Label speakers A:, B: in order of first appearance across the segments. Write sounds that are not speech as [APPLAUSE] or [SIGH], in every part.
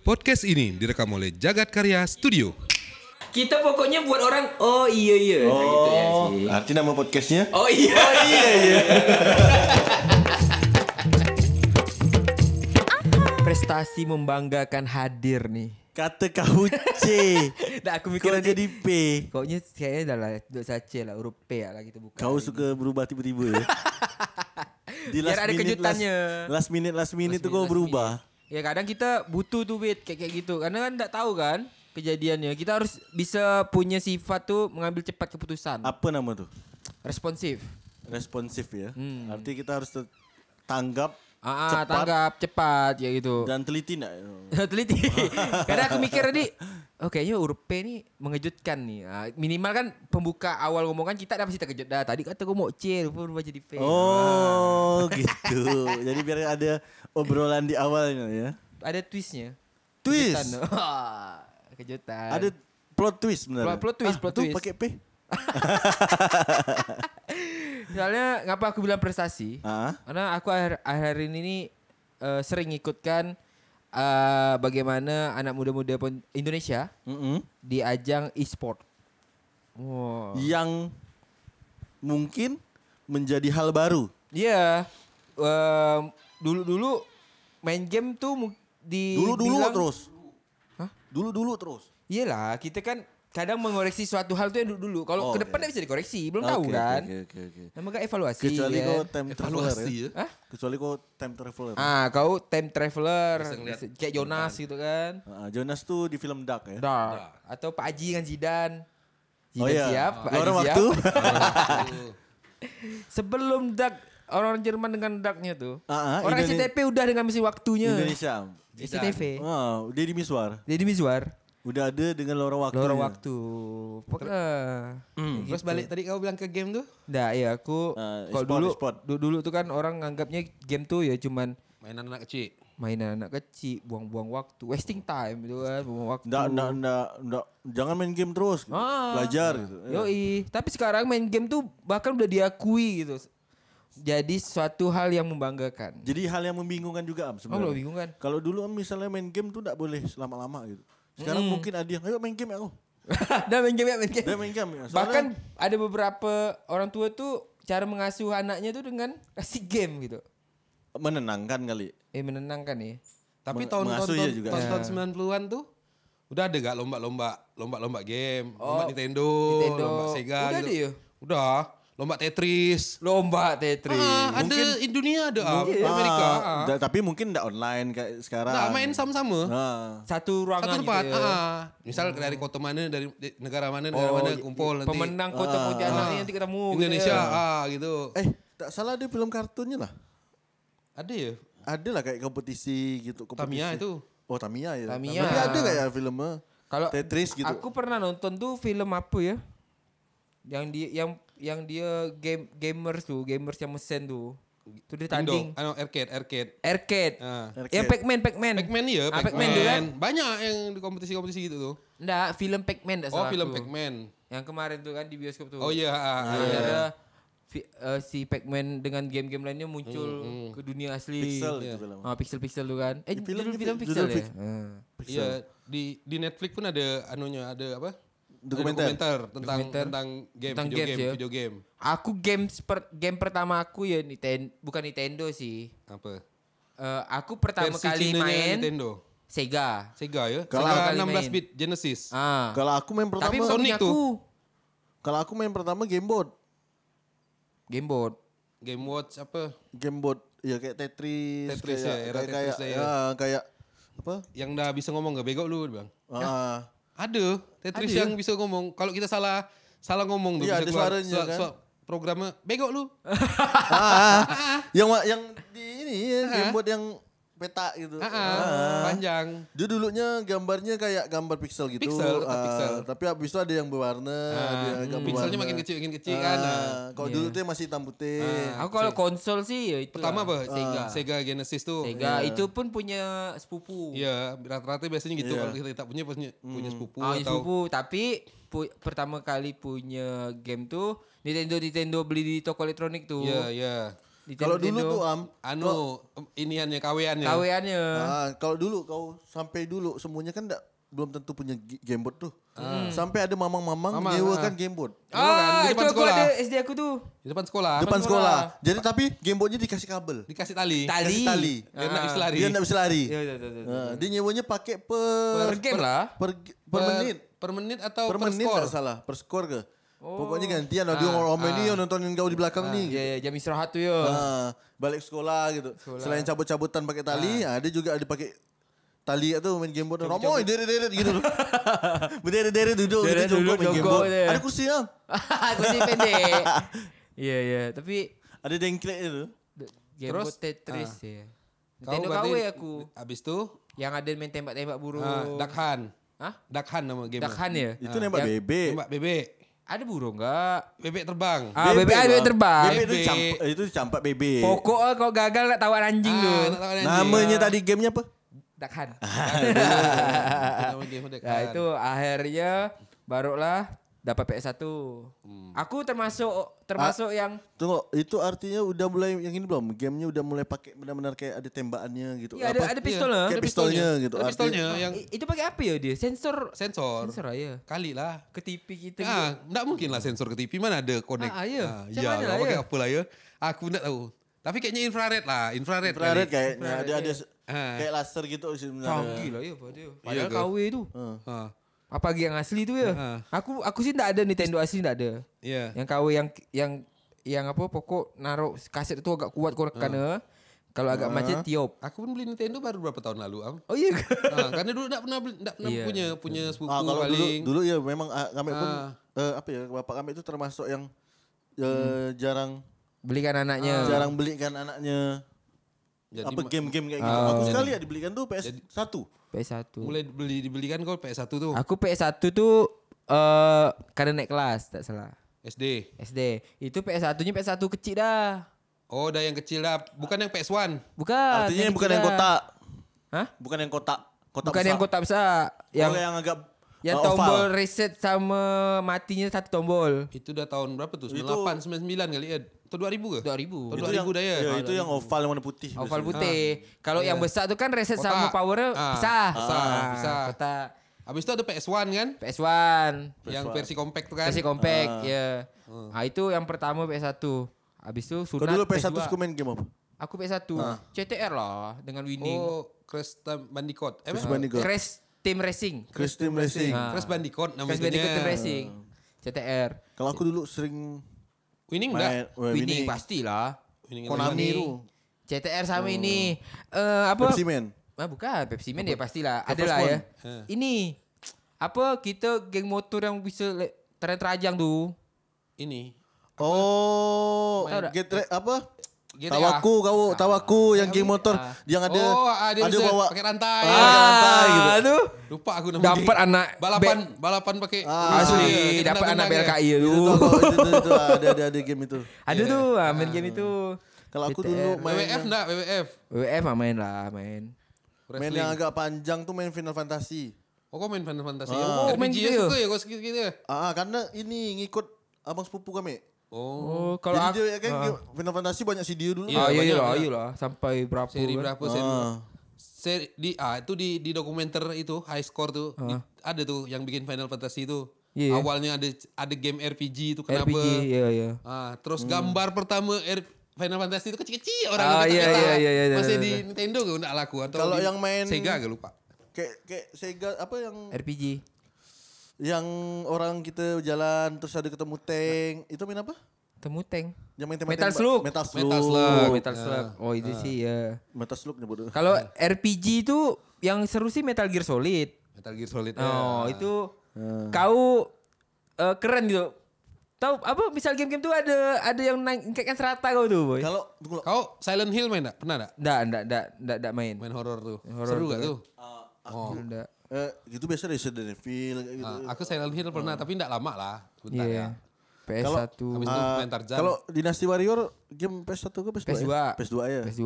A: Podcast ini direkam oleh Jagat Karya Studio.
B: Kita pokoknya buat orang oh iya iya oh, gitu ya
C: Oh,
B: sih.
C: arti nama podcastnya?
B: Oh iya iya iya.
D: prestasi membanggakan hadir nih.
E: Kata kau
D: [LAUGHS]
E: C
D: Nah, aku mikir
E: Kau
D: nanti-
E: jadi P
D: Pokoknya kayaknya dah lah dosa C lah huruf P lah gitu, kita buka.
E: Kau suka berubah tiba-tiba ya? Di
D: Biar ada kejutannya.
E: Last, last minute last minute
D: Last
E: tu
D: minute,
E: kau
D: last
E: berubah
D: minute. Ya kadang kita butuh tuh wait kayak kayak gitu. Karena kan tak tahu kan kejadiannya. Kita harus bisa punya sifat tuh mengambil cepat keputusan.
E: Apa nama tu?
D: Responsif.
E: Responsif ya
D: Hmm.
E: Arti kita harus ter- tanggap
D: Ah, ah,
E: Cepat.
D: tanggap cepat ya gitu.
E: dan teliti nak
D: Ah. [LAUGHS] Teliti. Karena aku mikir tadi Oh kayaknya huruf P ini mengejutkan nih Ah, Minimal kan pembuka awal ngomongan kita dah pasti terkejut dah Tadi kata gue mau C Rupa berubah jadi P [LAUGHS]
E: Oh gitu Jadi biar ada obrolan di awalnya ya
D: ada twistnya.
E: Twist?
D: Kejutan. [LAUGHS] Wah, Kejutan.
E: Ada plot twist sebenarnya
D: Plot- Kan. plot twist, plot
E: tu
D: twist.
E: pakai P
D: Soalnya ngapa aku bilang prestasi?
E: Ah.
D: Karena aku akhir akhir ini nih, eh, sering ikutkan eh, bagaimana anak muda-muda pun- Indonesia
E: Mm-mm.
D: di ajang e-sport. Wow.
E: Oh. Yang mungkin menjadi hal baru
D: Iya. Eh, dulu-dulu main game tuh mu- di
E: Dulu-dulu
D: bilang-
E: terus.
D: Hah?
E: Dulu-dulu terus.
D: Iyalah, kita kan kadang mengoreksi suatu hal tuh yang dulu-dulu. Kalau
E: Oh,
D: ke depan
E: oke.
D: tak bisa dikoreksi, belum tahu kan. Namanya evaluasi.
E: Kecuali
D: kan?
E: kau time traveler
A: Evaluasi
E: ya.
A: ya.
D: Hah?
E: Kecuali kau time traveler. Ah.
D: Ah, kau time traveler
A: Bisa ngeliat
D: Bisa- kayak Jonas gitu kan.
E: Ah, Jonas tuh di film Dark ya.
D: Dark. Atau Pak Haji dengan Zidane. Zidane
E: iya.
D: siap, Pak Haji
E: Lorong
D: siap.
E: waktu.
D: [LAUGHS]
E: [LAUGHS]
D: Sebelum Dark orang Jerman dengan Darknya tuh.
E: Ah, ah,
D: orang
E: Indone-
D: SCTV udah dengan mesin waktunya.
E: Indonesia.
D: SCTV.
E: Ah, dia di Miswar.
D: Jadi Mizwar,
E: Udah ada dengan lorong waktu.
D: lorong waktu. Oh, iya. Pokoknya.
A: Terus balik tadi kau bilang ke game tuh?
D: Nah, iya aku
E: Ah,
D: kalau
E: e-sport,
D: dulu,
E: e-sport.
D: du- dulu tuh kan orang nganggapnya game tuh ya cuman
A: Mainan anak kecil.
D: mainan anak kecil, buang-buang waktu, wasting time gitu kan, buang waktu.
E: Nggak, nggak, nggak, nggak. Jangan main game terus. gitu.
D: Ah.
E: Belajar. gitu.
D: Yoi, tapi sekarang main game tuh bahkan udah diakui gitu. Jadi suatu hal yang membanggakan.
E: Jadi hal yang membingungkan juga
D: Oh,
E: am sebenarnya.
D: lo bingung kan? [LAUGHS]
E: Kalau dulu Am, misalnya main game tuh nggak boleh lama-lama gitu. Sekarang
A: Hmm.
E: mungkin ada yang, ayo main game ya aku.
D: Dah main game ya, main game.
E: Dia main game ya. Soalnya-
D: bahkan ada beberapa orang tua tuh cara mengasuh anaknya tuh dengan kasih game gitu.
E: menenangkan kali.
D: Eh menenangkan ya.
A: Tapi
E: Meng-
A: tahun-tahun
E: mengasuh ya juga.
D: Iya.
A: tahun-tahun 90-an tuh udah ada gak lomba-lomba lomba-lomba game, lomba
D: Oh,
A: Nintendo,
D: Nintendo.
A: lomba Sega
D: Udah
A: gitu.
D: ada ya?
A: Udah, lomba Tetris.
D: Lomba Tetris.
A: Ah, ada di dunia ada ah, di
D: ya.
A: Amerika.
E: Ah,
A: ah.
E: da- tapi mungkin enggak online kayak sekarang.
A: Nah, main sama-sama.
E: Ah.
D: Satu ruangan
A: Satu tempat.
D: gitu ya.
A: ah. Misal dari kota mana dari di- negara mana negara
D: Oh,
A: mana
D: i-
A: kumpul nanti.
D: Pemenang kota Pontianak ini nanti ketemu gitu
A: Indonesia
D: ya.
A: ah gitu.
E: Eh, tak salah ada film kartunnya lah.
A: Ada ya?
E: Ada lah kayak kompetisi gitu. Kompetisi.
A: Tamiya itu.
E: Oh Tamiya ya.
D: Tamiya.
E: Tapi ada kayak filmnya.
D: Kalau
E: Tetris gitu.
D: Aku pernah nonton tuh film apa ya? Yang dia yang yang dia game gamers tuh, gamers yang mesen tuh. Itu dia
A: Indo,
D: tanding.
A: anu, arcade, arcade.
D: Arcade.
A: Ah.
D: Yang
E: Arcade.
D: Pac-Man, Pac-Man.
A: Pac-Man ya,
D: Ah,
A: Pac-Man.
D: Pac-Man dulu kan?
A: Banyak yang di kompetisi-kompetisi gitu tuh.
D: Enggak, film Pac-Man enggak
A: Oh,
D: salah.
A: film
D: aku.
A: Pac-Man.
D: Yang kemarin tuh kan di bioskop tuh.
A: Oh iya, ah,
D: Nah,
A: ah, iya.
D: ada fi- eh, si Pac-Man dengan game-game lainnya muncul
A: Hmm,
D: ke dunia asli.
E: Pixel
D: Iya.
E: itu film.
D: Ah, pixel-pixel tuh kan. Eh,
E: Di
D: film,
E: film-
D: film,
E: di fi-
D: pixel
E: judul
D: ya?
E: fix-
D: Ah.
A: Iya, di di Netflix pun ada anunya, ada apa? Ada
E: Dokumenter.
A: dokumenter tentang
D: Dokumenter.
A: tentang game,
D: Tentang
A: video
D: games
A: game,
D: ya.
A: video game.
D: Aku game per, game pertama aku ya Nintendo, bukan Nintendo sih.
A: Apa?
D: Eh, aku pertama
A: Versi
D: kali
A: Cinanya
D: main
A: Nintendo.
D: Sega.
A: Sega ya.
D: Kalau
A: Sega
D: kali
A: 16
D: main.
A: bit Genesis.
D: Ah.
E: Kalau aku main pertama,
D: Tapi
A: Sony
D: Sony
A: tuh.
D: aku
E: kalau aku main pertama game board.
D: Game Boy.
A: Game Watch apa?
E: Game board. Ya kayak Tetris.
A: Tetris
E: kayak,
A: ya, era
E: kayak,
A: Tetris
E: kayak,
A: lah ya.
E: ah, kayak apa?
A: Yang dah bisa ngomong gak bego lu, dia bilang.
E: Ah,
A: Ada Tetris
D: Ada ya?
A: yang bisa ngomong. Kalau kita salah salah ngomong tuh
E: Iya,
A: bisa
E: ada suaranya
A: suara-
E: kan?
A: suara- programnya bego
D: [LAUGHS]
A: lu.
E: Ah, yang wa- yang di ini ya, game board yang peta gitu.
A: Ah, ah,
E: Ah.
A: panjang.
E: Dia dulunya gambarnya kayak gambar pixel gitu.
A: Pixel, tetap
E: ah,
A: pixel. Ah, hmm.
E: Tapi abis itu ada yang berwarna, ada yang
D: Hmm.
E: agak
A: Pixelnya
E: berwarna.
A: makin kecil, makin kecil kan.
E: Ah,
A: Ah.
E: Kalau dulu tuh yang masih hitam putih.
D: Aku kalau konsol sih ya itu.
A: Pertama apa?
D: Sega. Sega.
A: Sega Genesis tuh.
E: Iya.
D: itu pun punya sepupu.
A: Iya, rata-rata biasanya gitu
E: Iya.
A: kalau kita tak punya punya, punya sepupu
D: Ah, punya
A: atau
D: sepupu, tapi pu- pertama kali punya game tuh Nintendo Nintendo beli di toko elektronik tuh.
A: Iya, iya.
E: Kalau dulu
D: Nintendo.
E: tuh am,
A: Anu iniannya kawiannya.
D: kawiannya.
E: ah, kalau dulu kau sampai dulu semuanya kan ndak belum tentu punya gi- gameboard tuh. Hmm. Sampai ada
A: Ah.
E: mamang-mamang kan
A: Mamang,
E: nyewakan
A: ah.
E: gameboard.
A: Di
D: Ah,
A: depan
D: itu aku
A: sekolah.
D: ada SD aku tuh.
A: Di depan sekolah.
E: depan
D: sekolah.
E: sekolah. Jadi tapi gameboardnya dikasih kabel.
A: Dikasih tali.
E: Tali.
A: Dikasih tali. Dia
D: Ah.
A: nak bisa lari.
E: Dia ndak bisa lari.
D: Iya, iya, iya, iya.
E: Ah, dia nyewanya pakai
D: ya,
E: per
D: Per game lah.
E: per, per menit.
A: Per menit atau
E: per,
A: per,
E: menit
A: skor?
E: tak salah per skor ke
D: Oh.
E: pokoknya gantian lah dia
D: Ah,
E: orang ramai ni yang nontonin kau di belakang ni
D: Iya, iya, jam istirahat tuh ya.
E: Ah, balik sekolah gitu selain cabut-cabutan pakai tali ah, ada juga ada pakai tali lah tu main game board ramai deret-deret
D: [LAUGHS]
E: gitu loh berderet-deret duduk
D: Deret-deret
E: gitu jongkok
D: duduk,
E: main game
D: jongkok ya.
E: board
D: dia.
E: ada kursi ah
D: [LAUGHS] Aku sih pendek. Iya, iya, tapi
E: ada dengklek itu
D: game
A: Terus?
D: Terus, Tetris ya.
A: Kau
D: Nintendo
A: berarti
D: KW aku.
A: Habis tu
D: Yang ada main tembak-tembak burung.
A: ah, Dakhan.
D: Hah?
A: Dakhan nama game.
D: Dakhan ya?
E: itu nembak
D: Yang-
E: bebek
A: Tembak bebek.
D: Ada burung enggak?
A: Bebek terbang.
D: Ah, bebek ada
E: Bang.
D: terbang.
E: bebek itu
A: Bebek.
E: campak itu campak bebek
D: Pokok ah, kau gagal nak tawar anjing
A: Ah,
D: lu.
A: nak tahu kan,
E: namanya tadi gamenya apa
D: Dakhan.
A: anjing?
D: [LAUGHS]
A: Ah, nama game Dakhan.
D: Nah, itu akhirnya barulah dapat PS1. Aku termasuk termasuk yang
E: Tunggu, itu artinya udah mulai yang ini belum? Gamenya udah mulai pakai benar-benar kayak ada tembakannya gitu.
D: Iya, ada-
E: Apa?
D: ada pistolnya.
E: Kayak
A: ya. Ada
E: pistolnya, gitu.
A: Ada pistolnya yang
D: I- itu pakai apa ya dia? Sensor
A: sensor.
D: sensor aja.
A: Kali lah.
D: Ke TV kita. gitu.
A: Ah, enggak mungkin lah sensor ke TV mana ada connect.
D: Ah, ah, ya. Macam
A: ya,
D: mana
A: kau
D: lah,
A: pakai
D: ya?
A: apa lah ya? Aku enggak tahu. Tapi kayaknya infrared lah, infrared. kali.
E: Infrared kayaknya ada
D: iya.
E: ada se-
A: Ah.
E: kayak laser gitu sebenarnya.
D: Canggih lah ya pada. Padahal
A: ke?
D: KW itu.
A: Ah,
D: Apa lagi yang asli itu ya?
A: Heeh.
D: Aku aku sih enggak ada Nintendo asli enggak ada.
A: ya.
D: Yang KW yang yang yang apa pokok naruh kaset itu agak kuat kau karena kalau agak macet tiup.
A: Aku pun beli Nintendo baru berapa tahun lalu, Am.
D: Oh iya. ke? [LAUGHS]
A: Ah, [LAUGHS] karena dulu enggak pernah beli, enggak pernah
D: Iya.
A: punya punya sepupu
E: Ah, kalau dulu
A: paling.
E: dulu ya memang ah, kami pun
A: Ah.
E: eh, apa ya bapak kami itu termasuk yang eh,
D: Hmm.
E: jarang
D: Belikan anaknya.
E: Ah. jarang belikan anaknya
A: Jadi
E: apa
A: ma-
E: game-game kayak
D: Ah.
E: gitu. Aku sekali ya dibelikan tuh PS 1.
D: PS1.
A: mulai beli dibelikan kau PS1 tuh
D: Aku PS1 tuh eh karena naik kelas tak salah.
A: SD.
D: SD. Itu PS1-nya PS1 kecil dah.
A: Oh, dah yang kecil dah, bukan yang PS1.
D: Bukan.
E: Artinya bukan
D: kecil
E: yang
D: dah.
E: kotak,
D: Hah?
E: bukan yang kotak, kotak
D: bukan yang kotak besar. Yang
E: yang, yang agak
D: yang
E: eh,
D: tombol
E: oval.
D: reset sama matinya satu tombol.
A: Itu dah tahun berapa tuh?
E: Itu-
A: 98, 99 kali ya. Atau 2000 ke?
D: 2000.
A: Tahun
E: Itu
A: 2000
E: yang,
A: dah ya.
E: ya, itu yang oval yang warna putih.
D: Oval putih. Kalau yang besar tuh kan reset
A: Kotak.
D: sama powernya
A: Ah,
D: pisah.
A: pisah,
D: Ah,
A: pisah.
D: Kotak.
A: Habis itu ada PS1 kan?
D: PS1.
A: Yang versi compact tuh kan?
D: Kasih compact, ya. Ah itu yang pertama PS1. Habis itu
E: Kau
D: sunat
E: dulu PS1
D: PS2.
E: suka Ah. main game apa?
D: lah. Aku PS1. CTR lah dengan winning.
A: Oh, Crash Time Bandicoot. Eh,
E: Crash
A: apa?
E: Bandicoot.
D: Crash Team Racing.
E: Crash Team Racing.
D: Ah.
A: Crash Bandicoot namanya. Iya.
D: Crash Bandicoot Team Racing. CTR.
E: Kalau aku dulu sering
A: Winning
E: main
A: enggak?
E: wah,
D: Winning pastilah.
A: Winning
E: Konami
D: Winning.
E: tu.
D: CTR sama ini. Eh apa?
E: Pepsi Man.
D: Ah, bukan Pepsi Man ya pastilah. Ada lah ya.
E: First
D: Ini apa kita geng motor yang bisa le- tren terajang tuh.
A: Ini.
E: Oh,
D: Tahu tak?
E: get Ra- apa?
A: GTA.
E: Tawaku kau, tawaku yang game motor yang ada
A: ya. Nah. oh, ah, dia
E: ada
A: bisa
E: bawa
A: pakai rantai.
E: Ah, rantai gitu.
D: tuh.
A: Lupa aku nama
D: Dapat
A: game.
D: anak
A: balapan balapan pakai Iya,
E: Ah,
D: Asli
A: Dia
D: dapat anak
A: tendang-tendang ya.
D: BLKI
E: Itu
D: tuh.
E: tahu kau, itu, itu, itu, ada ada ada game itu.
D: [LAUGHS] Ada tuh ah, main game itu.
E: Kalau aku
A: Gitu
D: CTR.
E: dulu main
A: WWF
E: yang,
A: enggak? WWF.
D: WWF ah, main lah main.
E: main yang agak panjang tuh main Final Fantasy.
A: Oh kau main Final Fantasy.
D: Oh,
A: Oh, RPG
D: main
A: main
D: gitu ya?
A: suka ya kau sikit gitu ya?
E: Ah, ah, karena ini ngikut abang sepupu kami.
A: Oh.
D: Oh, kalau
E: Kalau Jadi
D: aku
E: dia kan game- Final Fantasy banyak CD dulu.
A: Iya,
D: Ah, iya, iya
A: banyak
D: lah,
A: lah.
D: iya lah. Sampai berapa?
A: Seri
D: kan?
A: berapa seri?
E: Ah.
A: Seri di ah itu di di dokumenter itu high score tuh di- ada tuh yang bikin Final Fantasy itu.
D: Ah. Iya.
A: Awalnya ada ada game RPG itu kenapa?
D: RPG, iya, iya.
A: Ah, terus gambar pertama R- Final Fantasy itu kecil-kecil orang
D: Ah,
A: itu
D: iya,
A: tercetak.
D: iya, iya, iya, iya,
A: Masih
D: iya,
A: di
D: iya.
A: Nintendo gak enggak laku atau
E: Kalau
A: di
E: yang main-
A: Sega gak lupa.
E: Kayak kayak Sega apa yang
D: RPG.
E: yang orang kita jalan terus ada ketemu tank. Itu main apa?
D: Temu tank.
E: Yang main
D: Metal
E: tembak-tembak.
D: Slug.
E: Metal Slug.
A: Metal
E: Metal
A: Slug.
E: Slug.
D: Oh, Metal Slug. Oh, itu sih ya.
E: nyebut. dulu.
D: Kalau RPG itu yang seru sih Metal Gear Solid.
A: Metal Gear Solid.
E: Iya.
D: Oh,
A: ya.
D: itu kau eh, keren gitu. Tahu apa misal game-game tuh ada ada yang naik naikkan serata kau tuh, boy.
E: Kalau tunggu lah.
A: Kau Silent Hill main enggak? Pernah enggak?
D: Enggak, enggak, enggak, enggak, enggak main.
A: Main horor tuh.
D: Horor
A: Seru gak tuh?
D: Oh, enggak.
E: Eh, itu biasa Resident Evil kayak gitu.
A: Ah, aku Silent Hill pernah tapi enggak lama lah. Bentar
D: Oh. Iya.
A: ya.
D: PS1,
A: Habis itu Ah, main Tarzan.
E: Ah, Kalau Dynasty Warrior game PS1 ke PS2?
D: PS2.
E: Ya? PS2 ya.
D: PS2.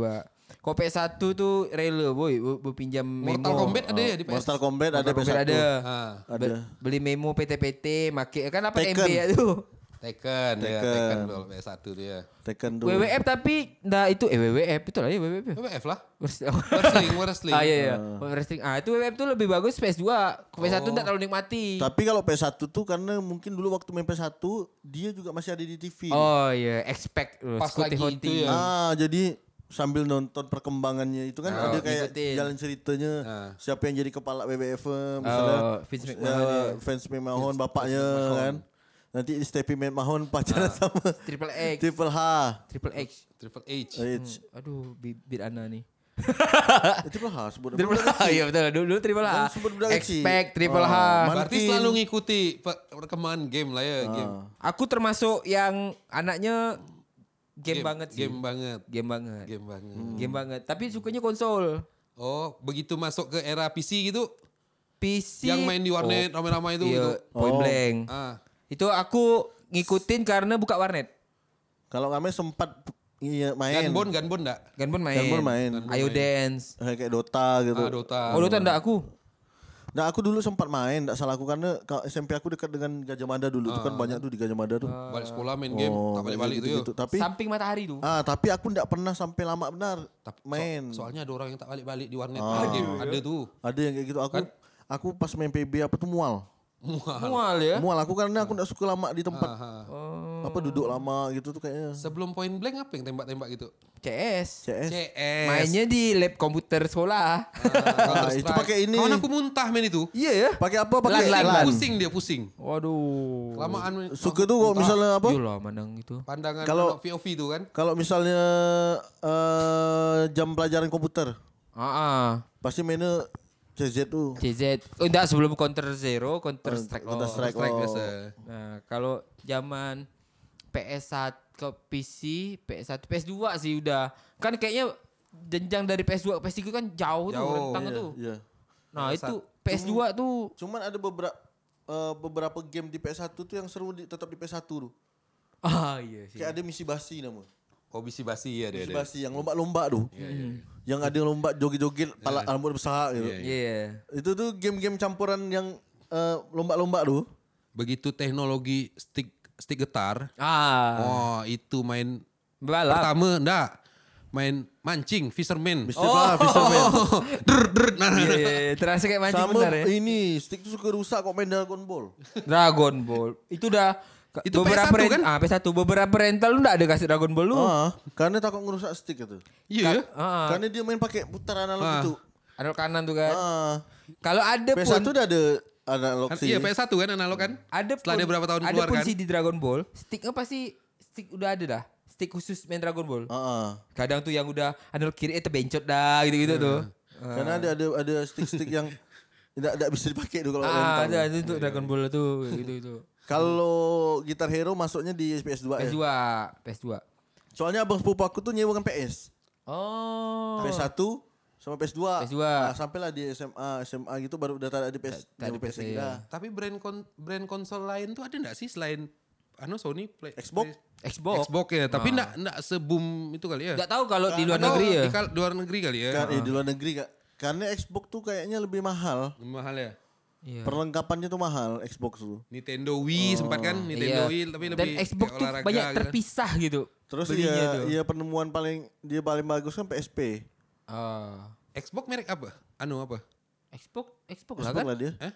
D: Kok PS1 tuh rela, boy, bu- berpinjam memo.
A: Mortal Kombat ada ya di PS.
E: Oh, Mortal Kombat ada
D: Mortal
E: PS1.
D: Kombat ada.
A: Ah.
E: Ada.
D: Be- beli memo PT-PT, make kan apa
E: Tekken.
D: MB ya tuh.
A: Tekken, ya,
E: Tekken.
A: Tekken dulu PS1 dia.
E: Tekken dulu.
D: WWF tapi nah itu eh WWF itu lah ya WWF. ya.
A: WWF lah.
D: Wrestling.
A: Wrestling, wrestling.
D: ah iya iya. Wrestling. Ah itu WWF tuh lebih bagus PS2. Ke PS1 enggak terlalu nikmati.
E: Oh. Tapi kalau PS1 tuh karena mungkin dulu waktu main PS1 dia juga masih ada di TV.
D: Oh iya, expect loh,
A: Pas
D: Scotty
A: lagi
D: Oh, Honti.
A: itu ya.
E: Ah, jadi sambil nonton perkembangannya itu kan
D: Oh,
E: ada kayak
D: ngikutin.
E: jalan ceritanya
A: Ah.
E: siapa yang jadi kepala WWF misalnya
D: Oh, Vince McMahon
E: ya,
D: ya.
E: Vince McMahon bapaknya kan. Nanti Stephie McMahon pacaran sama
D: Triple Ah. X, Hmm.
E: Triple H. Eh,
D: Triple X.
A: Triple H.
E: H. Eh,
D: Aduh, bi- bit ana nih.
E: Triple H sebut nama.
D: Ah. Triple H, iya betul. Dulu Triple
E: Jangan
D: H.
E: sebut budak kecil.
D: Expect Triple
E: Ah,
D: H.
E: Martin.
A: Berarti selalu ngikuti pe- perkembangan game lah
E: Ah.
A: ya, game.
D: Aku termasuk yang anaknya game, banget sih.
A: Game banget.
D: Game banget. Game,
A: Game banget.
E: Hmm.
D: banget. Tapi sukanya konsol.
A: Oh, begitu masuk ke era PC gitu,
D: PC.
A: yang main di warnet ramai-ramai itu
D: Iya,
A: gitu.
D: Point
E: Oh.
D: Blank.
A: Ah,
D: Itu aku ngikutin karena buka warnet.
E: Kalau kami sempat iya, main.
A: Gunbon, Gunbon enggak?
D: Gunbon main.
E: Gunbon main.
D: Ayo dance.
E: Eh, Kayak Dota gitu.
A: Ah, Dota.
D: Oh, lu tanda aku.
E: Nah aku dulu sempat main, tidak salah aku karena ka- SMP aku dekat dengan Gajah Mada dulu, tuh kan
D: Ah.
E: banyak tuh di Gajah Mada tuh. Oh,
A: Balik sekolah main game, tak balik-balik itu.
E: gitu-gitu. Tapi
D: Samping matahari tuh.
E: ah tapi aku tidak pernah sampai lama benar
A: Tapi so-
E: main.
A: soalnya ada orang yang tak balik-balik di warnet main
E: Ah.
A: game. Ada tuh.
E: Ada yang kayak gitu. Aku
A: Kan?
E: aku pas main PB apa tuh mual.
D: Mual
A: Eh?
D: ya.
E: Mual aku karena aku tidak suka lama di tempat
A: Ah.
E: apa duduk lama gitu tuh kayaknya. Ah,
A: Sebelum point blank apa yang tembak-tembak gitu?
D: CS.
E: CS.
A: CS.
D: Mainnya di lab komputer sekolah.
E: Ah, itu pakai ini.
A: Kawan aku muntah main itu.
D: Iya ya.
E: Pakai apa? Pakai
A: Pusing,
E: lan.
A: pusing dia pusing.
D: Waduh.
A: Kelamaan main-
E: Suka tuh
A: Ah.
E: kok misalnya apa?
D: Yolah menang itu.
A: pandangan
E: Kalau-
A: anak POV itu kan.
E: Kalau misalnya eh, jam pelajaran komputer,
D: Ah, ah.
E: pasti mainnya CZ tuh.
D: CZ. Oh, enggak sebelum counter zero, counter strike.
E: Counter
D: Oh.
E: Strike.
A: Strike
E: oh.
A: biasa.
D: Nah, kalau zaman PS1 ke PC, PS1, PS2 sih udah. Kan kayaknya jenjang dari PS2 ke PS3 kan jauh, tuh
A: Jauh,
D: rentang
E: Iya,
D: tuh.
E: iya.
D: Nah, itu PS2 tuh
E: Cuman ada beberapa eh, beberapa game di PS1 tuh yang seru di, tetap di PS1 tuh.
D: ah iya sih.
E: Kayak ada misi basi namanya.
A: Hobi basi ya dia. Ya,
E: Misi
A: dia.
E: basi yang lomba-lomba tuh. Yang ada yang lomba joget-joget
A: Ya.
E: pala rambut besar gitu.
D: Iya.
E: Itu tuh game-game campuran yang eh, lomba-lomba tuh.
A: Begitu teknologi stick stick getar,
D: Ah,
A: oh itu main
D: balap.
A: pertama enggak main mancing fisherman.
E: Mr. Fah, Fisherman.
A: [LAUGHS] der der nah.
D: Iya, iya, iya. terasa kayak mancing
E: Sama
D: benar ya.
E: ini stick tuh suka rusak kok main Dragon Ball.
D: Dragon Ball. Itu udah
A: Itu PS1
D: beberapa
A: kan? Oh.
D: rent- Ah, PS1 beberapa rental lu enggak ada kasih Dragon Ball lu.
E: Ah, karena takut ngerusak stick itu.
A: Iya.
D: Ah,
E: Karena dia main pakai putar analog
A: Ah.
E: itu.
D: analog kanan tuh
A: Oh.
D: kan.
E: Ah.
D: Kalau ada pun
E: PS1 udah ada analog
A: Kan,
E: sih.
A: iya PS1 kan analog kan?
D: Hmm. ada
A: Setelah dia berapa tahun
D: ada
A: keluar
D: pun
A: kan?
D: sih di Dragon Ball sticknya pasti stick udah ada dah stick khusus main Dragon Ball
A: Oh.
E: Ah, ah.
D: kadang tuh yang udah analog kiri eh terbencot dah gitu gitu tuh
A: Hmm.
E: Karena ada ada ada stick-stick
A: [LAUGHS]
E: yang tidak tidak bisa dipakai tuh kalau
D: ah
E: rental.
D: ada itu
A: Iya,
D: untuk Dragon Ball tuh gitu gitu
A: [LAUGHS]
E: Kalau Gitar Hero masuknya di PS2
A: Oh,
E: ya.
D: PS2
A: iya.
D: PS2
E: Soalnya abang sepupu aku tuh nyewakan PS.
D: oh
E: PS1 sama PS2.
D: PS2.
E: Nah, sampailah di SMA, SMA gitu baru udah tak ada di PS.
D: tak ada
E: nyewa PS
D: PS,
E: kita.
A: Tapi brand kon- brand konsol lain tuh ada enggak sih selain anu Sony Play,
E: Xbox?
A: Play-
D: Xbox Ah.
A: Xbox ya, tapi enggak enggak seboom itu kali ya.
D: nggak tahu kalau di luar
A: Atau
D: negeri ya
A: Di kal- luar negeri kali ya.
D: Oh.
E: Kan, eh, di luar negeri kak. Karena Xbox tuh kayaknya lebih mahal.
A: Mahal ya.
D: Iya.
E: Perlengkapannya tuh mahal Xbox tuh.
A: Nintendo Wii sempat kan Nintendo Wii tapi lebih
D: Oh, iya. dan Xbox
A: kayak
D: tuh
A: olahraga
D: banyak
A: gitu. iya,
D: terpisah gitu
E: Terus
D: belinya
E: ya,
D: tuh.
E: ya penemuan paling dia paling bagus kan PSP.
D: Ah.
A: Xbox merek apa? Anu apa?
D: Xbox Xbox lah
E: Xbox
D: kan
E: lah dia.
A: Eh?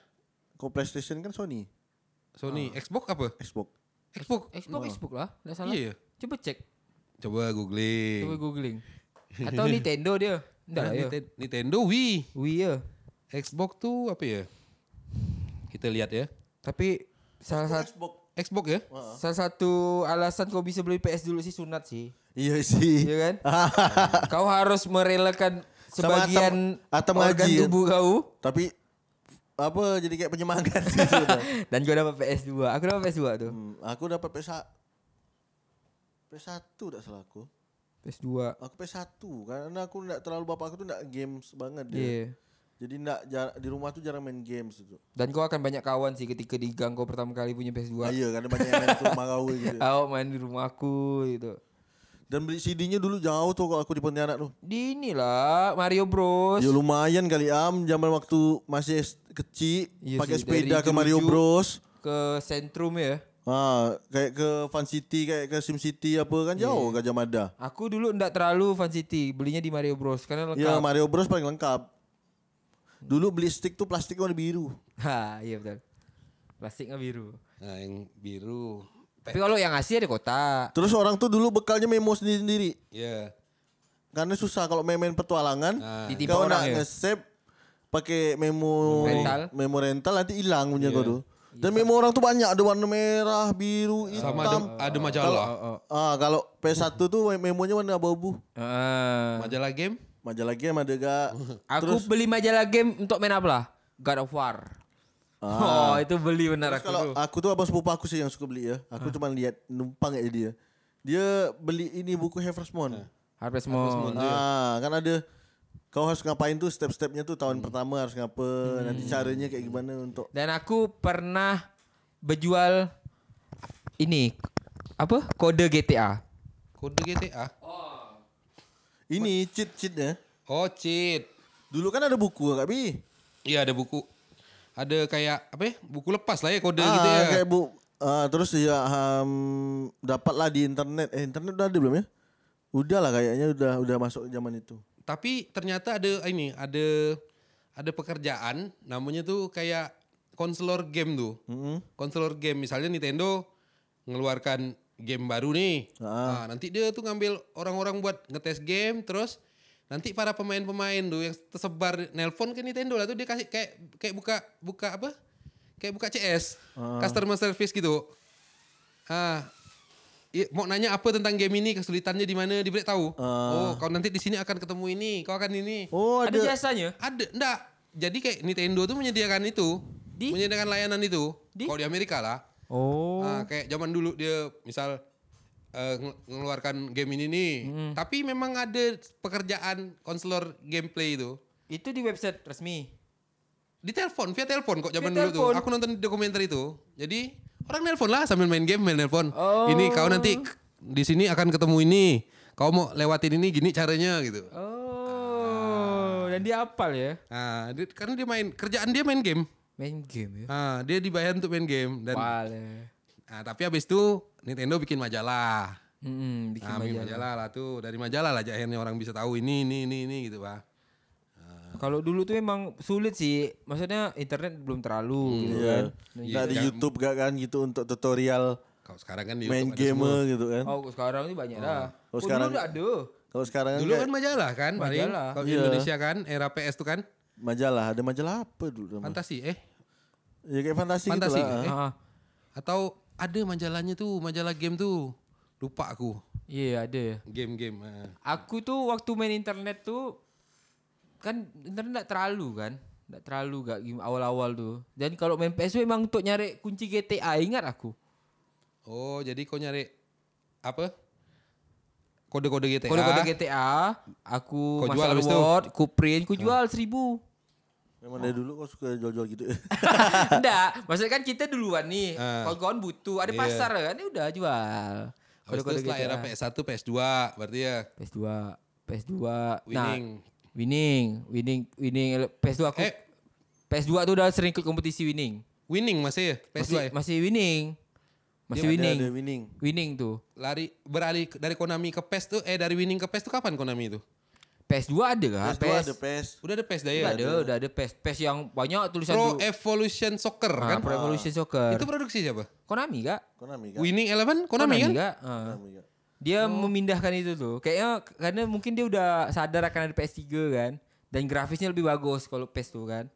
E: Kok PlayStation kan Sony.
A: Sony
D: Ah.
A: Xbox apa?
E: Xbox.
A: Xbox.
D: Xbox Xbox lah nggak salah
A: Iya, iya.
D: coba cek
A: Coba googling.
D: Coba
A: [LAUGHS]
D: googling. Atau Nintendo dia. Enggak
A: Nah,
D: ya.
A: Nite- Nintendo Wii.
D: Wii ya.
A: Xbox tuh apa ya? Kita lihat ya.
D: Tapi salah satu
E: Xbox.
A: Xbox ya?
D: salah satu alasan kau bisa beli PS dulu sih sunat sih.
E: Iya sih.
D: Iya
A: [LAUGHS]
D: kan? kau harus merelakan
E: Sama
D: sebagian
E: atem- atem
D: organ
E: ngaji ya.
D: tubuh kau
E: Tapi apa jadi kayak penyemangat [LAUGHS] sih sudah.
D: dan kau dapat PS2. Aku dapat PS2 tuh.
E: Hmm, aku dapat PS1. PS1 tak salah aku.
D: PS2.
A: Oh,
E: Aku PS1 karena aku enggak terlalu bapak aku tuh enggak games banget
D: Iya.
E: dia. Jadi enggak jar- di rumah tuh jarang main games itu.
D: Dan kau akan banyak kawan sih ketika di gang kau pertama kali punya PS2.
E: iya karena kan, banyak yang main ke rumah kau
D: [LAUGHS]
E: gitu.
D: Aku main di rumahku gitu.
E: Dan beli CD-nya dulu jauh tuh kalau aku di Pontianak tuh.
D: Di inilah Mario Bros.
E: Ya lumayan kali am zaman waktu masih es- kecil
D: Iya
E: pakai
D: sih, dari
E: sepeda ke Mario
D: Jeruju.
E: Bros.
D: ke sentrum ya.
E: Ah, kayak ke Fun City, kayak ke Sim City apa kan jauh Gajah Mada.
D: Aku dulu ndak terlalu Fan City, belinya di Mario Bros karena lengkap.
E: Ya Mario Bros paling lengkap. Dulu beli stick tuh plastik warna biru.
D: Ha, iya betul. Plastiknya biru.
A: Nah, yang biru.
D: Tapi kalau yang asli ada kotak.
E: Terus orang tuh dulu bekalnya memo sendiri-sendiri.
A: Ya.
E: Karena susah kalau main-main petualangan,
D: Ditimpa
E: kau
D: orang
E: nak
D: ya?
E: nge-save pakai memo
D: Rental.
E: memo rental nanti hilang punya kau tuh. Dan memo orang tuh banyak ada warna merah, biru, hitam.
A: Sama ada, ada majalah.
E: Ah, kalau PS1 tuh memonya warna abu-abu.
D: Ah.
A: Majalah game.
E: Majalah game ada gak?
D: Aku beli majalah game untuk main apa lah? God of War. Oh, itu beli benar
E: Terus
D: aku
E: kalau
D: tuh.
E: aku tuh abang sepupu aku sih yang suka beli ya. Aku cuma lihat numpang aja dia. Dia beli ini buku Harvest Moon.
D: Harvest Moon.
E: Ah, kan ada kau harus ngapain tuh step-stepnya tuh tahun pertama harus ngapa, nanti caranya kayak gimana untuk
D: Dan aku pernah berjual ini apa? Kode GTA.
A: Kode GTA.
E: ini cheat-cheatnya.
A: Oh, cheat.
E: Dulu kan ada buku Kak Bi.
A: Iya, ada buku. Ada kayak apa ya? Buku lepas lah ya kode
E: Ah,
A: gitu ya.
E: kayak bu ah, terus ya um, dapatlah di internet. Eh internet udah ada belum ya? Udah lah kayaknya udah udah masuk zaman itu.
A: Tapi ternyata ada ini, ada ada pekerjaan namanya tuh kayak konselor game tuh. Konselor game misalnya Nintendo ngeluarkan game baru nih. Nah, nanti dia tuh ngambil orang-orang buat ngetes game terus nanti para pemain-pemain tuh yang tersebar nelpon ke Nintendo lah tuh dia kasih kayak kayak buka buka apa? Kayak buka CS, customer service gitu. Ah, Iya, mau nanya apa tentang game ini kesulitannya di mana dia boleh tahu. Oh, kau nanti di sini akan ketemu ini, kau akan ini.
E: Oh,
D: Ada
E: ada
D: jasanya?
A: Ada enggak? Jadi kayak Nintendo tuh menyediakan itu.
D: Di?
A: Menyediakan layanan itu. Kalau di Amerika lah.
D: Oh.
A: Ah, kayak zaman dulu dia misal eh, ngel- ngeluarkan game ini nih.
D: Hmm.
A: Tapi memang ada pekerjaan konselor gameplay itu.
D: Itu di website resmi.
A: Di telepon, via telepon kok zaman
D: Via
A: dulu tuh.
D: telpon.
A: Aku nonton dokumenter itu. Jadi orang nelpon lah sambil main game, main nelpon. Ini kau nanti k- di sini akan ketemu ini. Kau mau lewatin ini gini caranya gitu.
D: Oh, dan dia apal ya?
A: Nah, dia- karena dia main kerjaan dia main game.
D: Main game ya.
A: Ah, dia dibayar untuk main game dan
D: Wale.
A: ah, tapi habis itu Nintendo bikin majalah.
D: Hmm, bikin
A: Nah, bikin majalah. lah tuh. Dari majalah lah akhirnya orang bisa tahu ini ini ini ini gitu, Pak.
D: Kalau dulu tuh memang sulit sih. Maksudnya internet belum terlalu gitu kan.
E: Iya. Nggak di YouTube gak kan gitu untuk tutorial
A: Kalau sekarang kan di
E: main
A: YouTube ada
E: game
A: semua.
E: gitu kan.
D: Oh, sekarang tuh banyak dah.
E: Oh,
D: Oh,
E: sekarang-
D: dulu udah ada.
E: Kalau sekarang kan
A: Dulu
E: kayak
A: kan majalah kan, paling.
D: Majalah.
A: Kalau di
E: Iya.
A: Indonesia kan era PS tuh kan
E: majalah, ada majalah apa dulu namanya?
A: fantasi eh
E: Ya kayak fantasi,
A: fantasi
E: gitu lah.
A: eh?
D: Ah,
A: atau ada majalahnya tuh, majalah game tuh. Lupa aku.
D: Iya, ada ya.
A: Game-game. ah.
D: Aku tuh waktu main internet tuh kan internet gak terlalu kan. Gak terlalu gak gim- awal-awal tuh. Dan kalau main PS tuh emang untuk nyari kunci GTA ingat aku.
A: Oh, jadi kau nyari apa? Kode-kode GTA.
D: Kode-kode GTA, aku
A: Kau
D: masak
A: jual habis tu? Ah.
D: Word, ku print, ku jual
A: [LAUGHS]
D: seribu.
E: Memang dari dulu kok suka jual-jual gitu.
A: Iya,
D: Enggak, maksudnya kan kita duluan nih.
A: Ah.
D: Kawan-kawan butuh, ada pasar kan, ya udah jual.
A: Habis itu
D: Kode-kode
A: setelah era
D: GTA.
A: PS1, PS2 berarti ya
D: PS2, PS2.
A: winning.
D: Nah, winning, winning, winning. PS2 aku
A: Eh.
D: PS2 tuh udah sering ikut kompetisi winning.
A: winning masih ya PS2
D: Masih,
A: ya?
D: masih winning. Masih
E: Ada-
D: winning.
E: Ada winning.
D: Winning tuh.
A: Lari beralih ke- dari Konami ke PES tuh eh dari winning ke PES tuh kapan Konami itu?
D: PS2 ada kan?
E: PS2
D: PS.
E: ada PS.
A: Udah ada PES dah ya?
D: Udah ada, udah ada PS. PS yang banyak tulisan
A: Pro
D: dulu.
A: Evolution Soccer
D: Ah,
A: kan?
D: Pro Evolution Soccer.
A: Itu produksi siapa?
D: Konami gak?
E: Konami kan.
A: Winning Eleven Konami, kan? Oh.
D: gak? Ah.
E: Konami kan.
D: Dia memindahkan itu tuh. Kayaknya karena mungkin dia udah sadar akan ada PS3 kan. Dan grafisnya lebih bagus kalau PS tuh kan.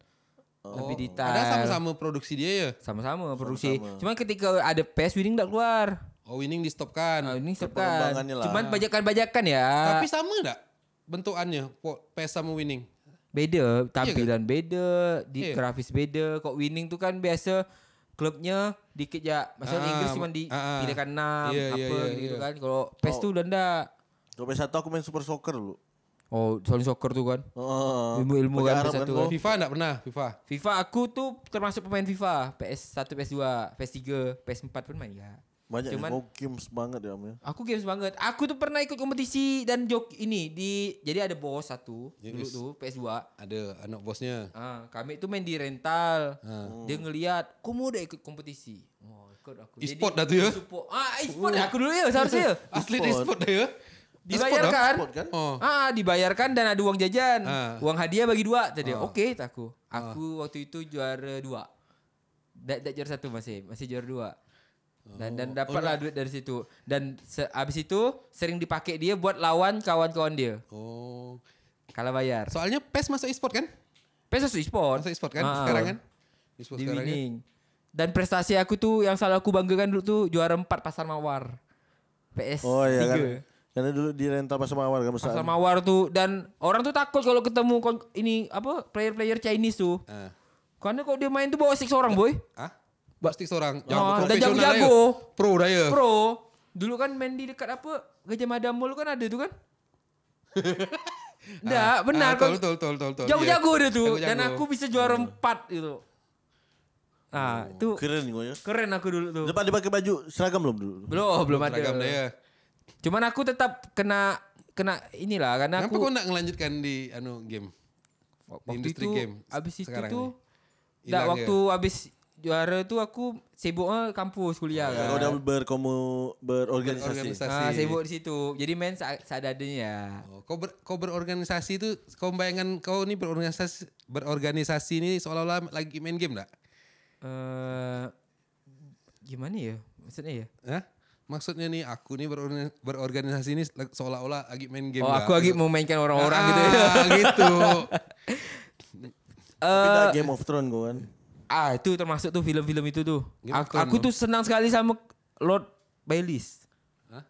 D: Lebih detail.
A: Oh. Ada sama-sama produksi dia ya.
D: Sama-sama produksi. Cuman ketika ada PS Winning nggak keluar.
A: Oh, winning di stop kan.
D: Nah, ini stop kan.
E: pengembangannya lah.
D: Cuman bajakan-bajakan ya.
A: Tapi sama enggak bentukannya po- PES sama winning?
D: beda tampilan beda
A: Iya.
D: di grafis beda kok winning tuh kan biasa klubnya dikit ya maksudnya
A: Ah,
D: Inggris cuma di
A: ah, ah.
D: pilihan enam
A: Iya,
D: apa
A: iya, iya,
D: gitu
A: iya.
D: kan kalau PES tuh udah enggak
E: Kalau PS1 aku main Super Soccer dulu.
D: oh soal soccer tuh kan
E: Oh,
D: Ilmu-ilmu
E: pakai
D: kan
E: Arab
D: PS1
E: kan.
D: kan.
E: Oh,
A: FIFA enggak pernah, FIFA.
D: FIFA aku tuh termasuk pemain FIFA PS1 PS2 PS3 PS4 pun main ya
E: Banyak
D: Cuman-
E: nih, oh, games banget ya Om ya.
D: aku games banget aku tuh pernah ikut kompetisi dan jok ini di jadi ada bos satu dulu tuh PS2
A: Ada anak bosnya. Ah.
D: Ah, kami itu main di rental. Dia ngelihat, kamu udah ikut kompetisi. Oh, takut aku.
A: E-sport dah tu
D: [LAUGHS]
A: ya?
D: support. Ah, e-sport aku dulu ya seharusnya.
A: Atlet e-sport dah ya. E-sport dah?
D: dibayarkan.
E: E-sport kan?
A: [LAUGHS] Oh.
D: Ah, dibayarkan dan ada uang jajan.
A: Ah.
D: Uang hadiah bagi dua tadi. Oke, tak aku. Aku waktu itu juara dua. Tidak juara satu masih, masih juara dua.
A: Oh.
D: Dan dan
A: ya.
D: dapatlah duit dari situ. Dan se- habis itu sering dipakai dia buat lawan kawan-kawan dia.
A: Oh.
D: Kalah bayar.
A: Soalnya PES masuk e-sport kan?
D: Pesos e-sport.
A: Masuk e-sport kan
D: Ah.
A: sekarang kan? E-sport
D: di
A: sekarang kan?
D: winning. Dan prestasi aku tuh yang selalu aku banggakan dulu tuh juara 4 Pasar Mawar. PS
E: Oh iya kan.
D: 3.
E: Karena dulu di rental Pasar Mawar kan besar.
D: Pasar Mawar tuh dan orang tuh takut kalau ketemu kon- ini apa player-player Chinese tuh.
A: Ah.
D: Karena kalau dia main tuh bawa six orang, boy.
A: Hah? Pasti seorang.
D: Ah, dan
A: profesional dah ya.
D: jago-jago.
A: Pro dah ya.
D: Pro. Dulu kan main di dekat apa? Gajah Mada Mall kan ada tuh
A: [LAUGHS]
D: kan? Enggak,
A: Ah, ah,
D: benar kok.
A: betul, betul, betul, betul, betul.
D: Jago-jago
A: Iya.
D: dia tuh
A: Jago-jago. Hmm.
D: dan aku bisa juara 4 gitu.
A: Oh,
D: Ah, itu
E: Keren gue ya.
D: keren aku dulu tuh.
E: Depan dia pakai baju seragam belum dulu?
D: Belum, oh, belum ada.
A: Seragam dah ya.
D: Cuman aku tetap kena kena inilah karena
A: Kenapa
D: aku
A: kau nak ngelanjutkan di anu game?
D: waktu
A: industri
D: itu
A: game
D: abis itu
A: sekarang
D: tuh
A: ni?
D: tak
A: Hilang
D: waktu abis juara tuh aku sibuknya kampus
A: Ya,
D: kuliah kan.
E: Kalau udah berkomu berorganisasi.
A: Berorganisasi.
D: Ah, sibuk di situ. Jadi main sa- seadanya.
A: Oh, kau ber- kau berorganisasi itu kau bayangkan kau ini berorganisasi berorganisasi ini seolah-olah lagi main game enggak?
D: Eh gimana ya? Maksudnya ya?
A: Hah? Maksudnya nih aku nih berorgan- berorganisasi ini seolah-olah lagi main game.
D: oh,
A: lah,
D: aku
A: gitu.
D: lagi mau mainkan orang-orang gitu. ya. [LAUGHS]
A: Ah, gitu.
E: Tapi tak
D: Eh.
E: Game of Thrones gue kan.
D: Ah, itu termasuk tuh film-film itu tuh.
A: Game of
D: Aku, aku tuh senang sekali sama Lord Baileys.
A: Hah?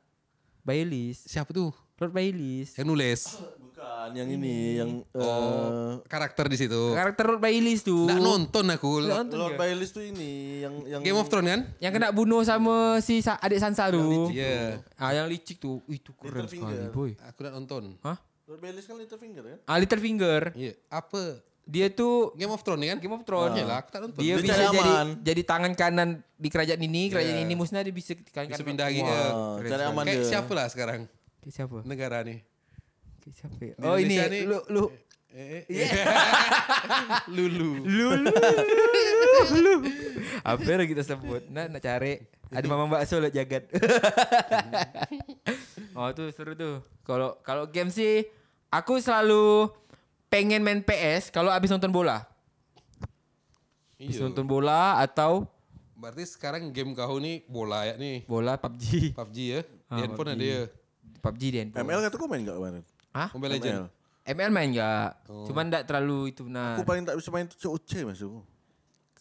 D: Baileys.
A: Siapa tuh
D: Lord Baileys.
A: yang nulis
E: Bukan yang ini yang eh,
A: karakter di situ?
D: Karakter Lord Baileys tuh.
A: Nggak nonton aku.
D: Nggak nonton
E: Lord
D: ke?
E: Baileys tuh ini yang yang
A: Game of Thrones kan?
D: Yang kena bunuh sama si sa- adik Sansa tuh.
A: Iya.
D: Ah, yang licik tuh. Ih, Itu keren sekali,
E: Littlefinger.
D: boy.
A: Aku nggak nonton.
D: Hah?
E: Lord Baileys kan Littlefinger kan.
D: Ah, Littlefinger.
A: Iya. Apa?
D: Dia tuh
A: Game of Thrones kan?
D: Game of Thrones. ya
A: Iyalah, aku tak nonton.
D: Dia
E: Dia
D: bisa
E: cari
D: jadi
E: aman.
D: jadi tangan kanan di kerajaan ini, kerajaan
A: Iya.
D: ini musnah dia bisa ke tangan
A: Bisa
D: kanan.
A: pindah gitu. lagi ke
D: Wah.
E: Ah,
D: keren
E: cari
D: sekali.
E: aman
A: kayak
E: dia.
A: siapa lah sekarang
D: Kayak siapa?
A: negara nih?
D: Kayak siapa? ya? Oh, ini
A: Indonesia ni-
D: lu lu
A: Eh, eh, eh. [LAUGHS] Lulu.
D: lu lu. lu. Apa yang kita sebut? Nah, nak cari ada mama bakso lo
A: [LAUGHS]
D: jagat. oh, tuh seru tuh. Kalau kalau game sih aku selalu pengen main PS kalau abis nonton bola. Abis
A: Iya.
D: nonton bola atau
A: Berarti sekarang game kau nih bola ya nih.
D: bola PUBG.
A: PUBG ya. Di
D: Ah,
A: handphone
D: PUBG.
A: ada ya.
D: PUBG dan.
E: ML kata kau main gak kemarin?
D: Hah?
A: Mobile Legend.
E: ML.
D: ML main gak?
A: Oh.
D: Cuman gak terlalu itu nah. benar.
E: Aku paling tak bisa main tuh COC masuk.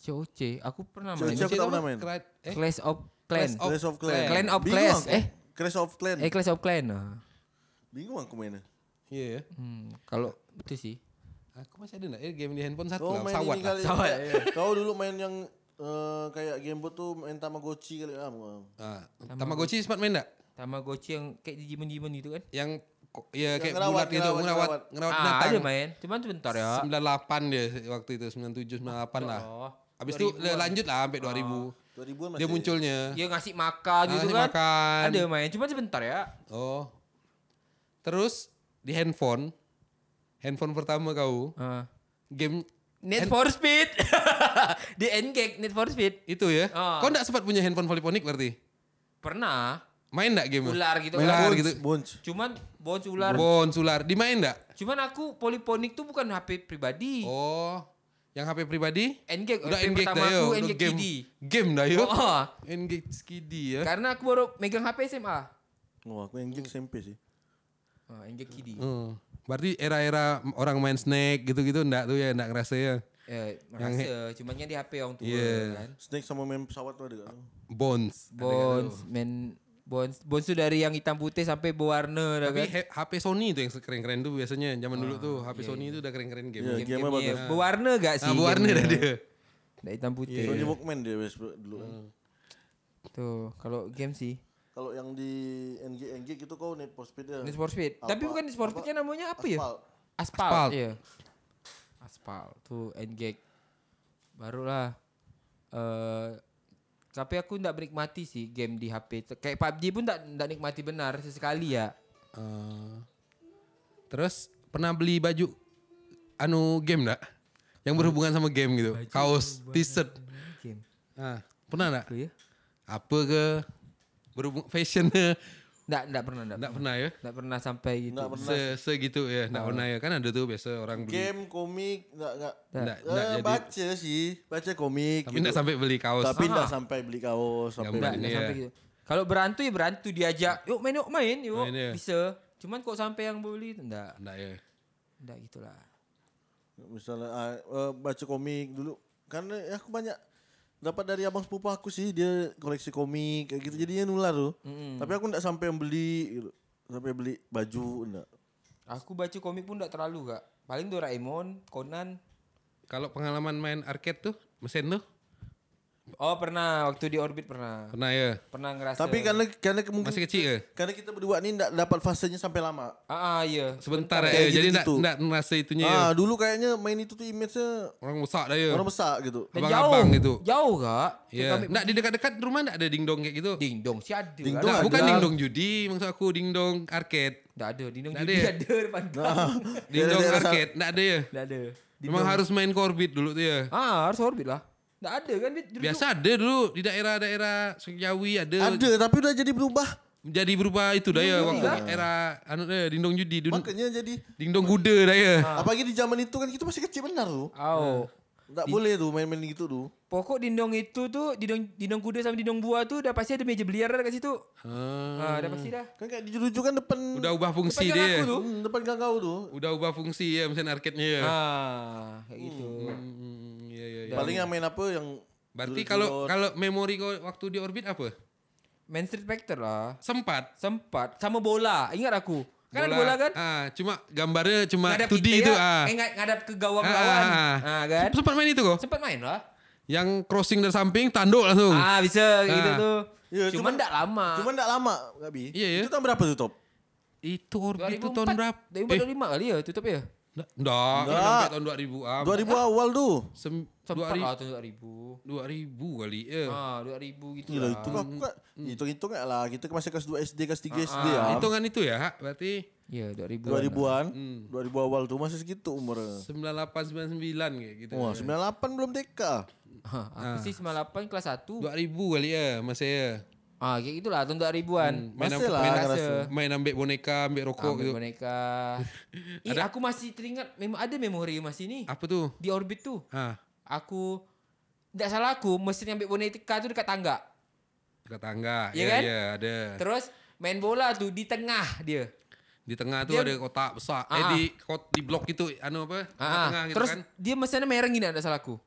D: COC, aku pernah
E: COC
D: main.
E: aku tak pernah main.
A: Cry- Eh,
D: Clash of Clans.
A: Clash
E: Clash of Clans.
D: Clan of
E: Bingung
D: Clans,
E: aku.
D: eh.
E: Clash of Clans.
D: Eh Clash of Clans. ah.
E: Bingung aku mainnya.
A: iya ya.
D: Hmm, kalau itu sih.
A: Aku masih ada enggak eh, game di handphone satu
E: Kau
A: lah,
E: Oh, main
A: sawat
E: ini
A: lah.
E: kali. [LAUGHS] Eh, Kau dulu main yang eh, kayak gamebot tuh main Tamagotchi kali. Ah, bukan.
A: Ah, Tamagotchi sempat main enggak?
D: Tamagotchi yang kayak Digimon-Digimon gitu kan?
A: Yang ko- ya kayak
E: ngerawat,
A: bulat gitu,
E: ngerawat,
A: ngerawat
E: ngerawat.
A: ngerawat
D: ah,
A: binatang.
D: ada main. Cuman sebentar ya.
A: 98 dia waktu itu 97 98 lah.
D: Allah.
A: Habis itu lanjut lah sampai 2000.
E: 2000-an masih.
A: Dia munculnya.
D: Dia ngasih makan gitu
A: Ngasih
D: kan.
A: makan.
D: Ada main, cuman sebentar ya.
A: Oh. Terus di handphone, handphone pertama kau,
D: Ah.
A: game
D: Need for Speed. [LAUGHS] Di N-Gag Need for Speed.
A: itu ya.
D: Ah.
A: Kau enggak sempat punya handphone poliponik berarti?
D: Pernah
A: Main enggak game?
D: ular gitu
A: Ular
D: kan.
A: gitu.
E: Bunch.
D: Cuman bones ular.
A: Bons ular. Dimain enggak?
D: Cuman aku poliponik tuh bukan HP pribadi.
A: Oh. Yang HP pribadi?
D: N-Gag
A: Udah
D: HP
A: N-Gag
D: pertama
A: dah yo.
D: aku
A: Udah
D: N-Gag
A: game.
D: KD.
A: Game dah yo.
D: Oh.
A: N-Gag skidi ya.
D: Karena aku baru megang HP SMA.
E: Wah, aku yang gig SMP sih.
D: Oh, N-Gag KD.
A: Hmm. Berarti era-era orang main snack gitu-gitu enggak tuh ya, enggak ngerasa ya.
D: Eh, merasa. Cuman kan di HP orang tua
E: Ya.
A: Iya.
D: kan.
E: Snake sama main pesawat tuh ada gak?
A: Bones.
D: Bones, men Bones, Bones tuh dari yang hitam putih sampai berwarna dah
A: Tapi
D: kan. Ah,
A: he- HP Sony itu yang keren-keren tuh biasanya. Zaman dulu tuh HP
D: iya,
A: Sony itu udah keren-keren game.
E: Iya, game-nya bagus.
D: Game-gamenya. Berwarna gak sih?
A: Nah, warna Ah, dah
D: gamenya?
A: dia.
D: Dari hitam putih.
E: Sony Walkman dia best dulu kan.
A: Hmm.
D: Tuh, kalau game sih.
E: Kalau yang di NG NG gitu kau Need for Speed ya.
D: Need for Speed.
E: Apa-
D: Tapi bukan Need for Speed
E: apa?
D: namanya apa ya?
E: Asphalt.
D: Aspal.
A: Aspal.
D: Iya. Aspal. Tuh N-Gag. Barulah. eh tapi aku ndak menikmati sih game di HP. Kayak PUBG pun ndak ndak nikmati benar sesekali ya.
A: Eh, terus pernah beli baju anu game enggak? Yang berhubungan sama game gitu. Kaos, t-shirt.
D: Game.
A: Nah, pernah enggak?
D: Tuh ya.
A: apa ke berhubung fashion
D: Nggak, nggak pernah, nggak
A: nggak pernah
D: pernah.
A: ya
D: Nggak pernah sampai gitu.
E: Nggak pernah. Ah.
A: se segitu ya nggak pernah ya kan ada tuh biasa orang beli
E: Game, komik, enggak enggak.
A: nggak nggak
E: Eh,
A: jadi
E: baca sih, baca komik.
A: tapi
E: gitu.
A: nggak sampai beli kaos
E: Tapi
D: Ah.
E: enggak sampai beli kaos, sampai
A: Nggak
D: Nggak,
A: Ini
D: nggak
A: ya.
D: sampai gitu. Kalau berantu ya berantu diajak, yuk main yuk main yuk
A: Main ya.
D: bisa. Cuman kok sampai yang beli itu enggak,
A: nggak ya
D: enggak gitulah.
E: misalnya ah, eh, baca komik dulu karena ya aku banyak dapat dari abang sepupu aku sih dia koleksi komik kayak gitu jadinya nular tuh tapi aku ndak sampai yang beli gitu. sampai beli baju enggak
D: Aku baca komik pun enggak terlalu kak. Paling Doraemon, Conan.
A: kalau pengalaman main arcade tuh mesin tuh
D: Oh pernah waktu di orbit pernah.
A: pernah ya
D: Pernah ngerasa.
E: tapi kan- karena karena ke- mungkin
A: masih kecil ya
E: karena kita berdua ini ndak dapat fasenya sampai lama
D: Ah, ah iya.
A: sebentar
E: Sebentar,
A: ya
E: kayak
A: jadi
E: gitu
A: nggak
E: tuh.
A: nggak merasa itunya ya
E: ah dulu kayaknya main itu tuh image-nya
A: orang besar dah ya
E: orang besar gitu
D: Dan
A: Abang-abang
D: jauh,
A: gitu.
D: Jauh kak.
A: Iya. Nggak di dekat-dekat rumah nggak ada dingdong kayak gitu
D: Dingdong sih ada. lah.
E: Dingdong
A: Nggak,
E: ada.
A: bukan dingdong judi maksud aku dingdong arcade
D: Enggak ada. Dingdong
A: Nggak
D: juga
A: ada ya?
D: ada depan. Iya,
A: dingdong
E: Daerah-daerah sana.
A: arcade nggak ada ya
D: Enggak ada.
A: memang harus main korbit dulu tuh ya
D: Ah harus orbit lah. Enggak ada kan dia duduk-
A: biasa ada dulu di daerah-daerah Sunjawi ada
E: ada tapi udah jadi berubah
A: jadi berubah itu dah ya waktu era anu dah ya, dingdong judi dun-
E: makanya jadi
A: dingdong kuda dah
D: Ah.
A: ya
E: apalagi di zaman itu kan kita masih kecil benar tuh
A: Hmm.
D: Oh.
E: ndak boleh tuh main-main gitu tuh
D: Pokok dindong itu tuh dindong dindong kuda sama dindong buah tuh udah pasti ada meja biliar dah kat situ.
A: Ah,
D: Ah, udah pasti dah.
E: kan kayak dijurujukan depan
A: udah ubah fungsi
D: Depan
A: dia
D: jalan aku tuh.
E: Hmm, depan gang kau tuh
A: udah ubah fungsi ya mesin arcade-nya ya
D: Ah, kayak gitu.
A: Hmm, iya, iya, iya.
E: Paling yang main apa yang
A: berarti kalau kalau memori kau waktu di orbit apa
D: Main Street Fighter lah.
A: sempat
D: Sempat sama bola. Ingat aku. Kan ada bola kan?
A: ah cuma gambarnya cuma
D: Ngadap
A: 2D
D: kita
A: itu
D: ya,
A: ah
D: Eh, ngadap- ngadap ke gawang
A: Ah,
D: lawan.
A: ah, ah.
D: Ah, kan?
A: sempat main itu kok
D: Sempat main lah.
A: yang crossing dari samping tanduk langsung
D: Ah, bisa kayak gitu
A: Ah.
D: tuh.
E: Ya,
D: cuman
E: cuman-
D: enggak lama.
E: Cuma enggak lama, Gabi.
A: Iya, iya.
E: Itu tahun berapa tuh, Top?
A: itu orbit itu
D: 2004,
A: tahun berapa Eh.
D: 2004 2005 kali ya tutup ya?
A: Nggak, nggak,
E: Nggak.
A: sampai tahun 2000 ah.
E: 2000 awal tuh.
A: Sem-
D: Sempat
A: 2000,
D: lah tahun 2000.
A: 2000 kali. Eh.
D: Ah, 2000 gitu
E: Gila,
D: lah.
E: itu aku
A: Hmm.
E: kan hitung-hitung enggak lah. Kita masih kelas 2 SD, kelas
A: Ah,
E: 3
D: Ah.
E: SD ya.
A: Hitungan itu ya, Hak. berarti
D: Ya, 2000.
E: 2000-an,
A: Hmm.
E: 2000 awal tuh masih segitu umurnya.
A: 98 99 kayak gitu.
E: Wah, 98 belum TK.
D: Hah, Ha,
A: Ah.
D: aku sih 98 kelas 1.
A: 2000 kali ya masa ya.
D: Ah, kayak gitulah tahun 2000-an.
A: Main
E: Masih lah,
A: main,
E: ngerasa.
A: main ambek boneka, ambek rokok
D: Ambil
A: gitu. [LAUGHS]
D: boneka. Ih, aku masih teringat mem ada memori masih ni.
A: Apa tuh?
D: Di orbit tu.
A: Ah,
D: Aku tidak salah aku mesin ambil boneka tu dekat tangga.
A: dekat tangga.
D: Ya
A: ya,
D: kan?
A: ya, ada.
D: Terus main bola tu di tengah dia.
A: Di tengah tuh
D: Dia-
A: ada kotak besar. Eh
D: Ah.
A: di kot, di blok gitu anu apa?
D: Ah,
A: tengah
D: ah.
A: gitu
D: terus
A: kan.
D: dia mesinnya mereng gini ada salah aku.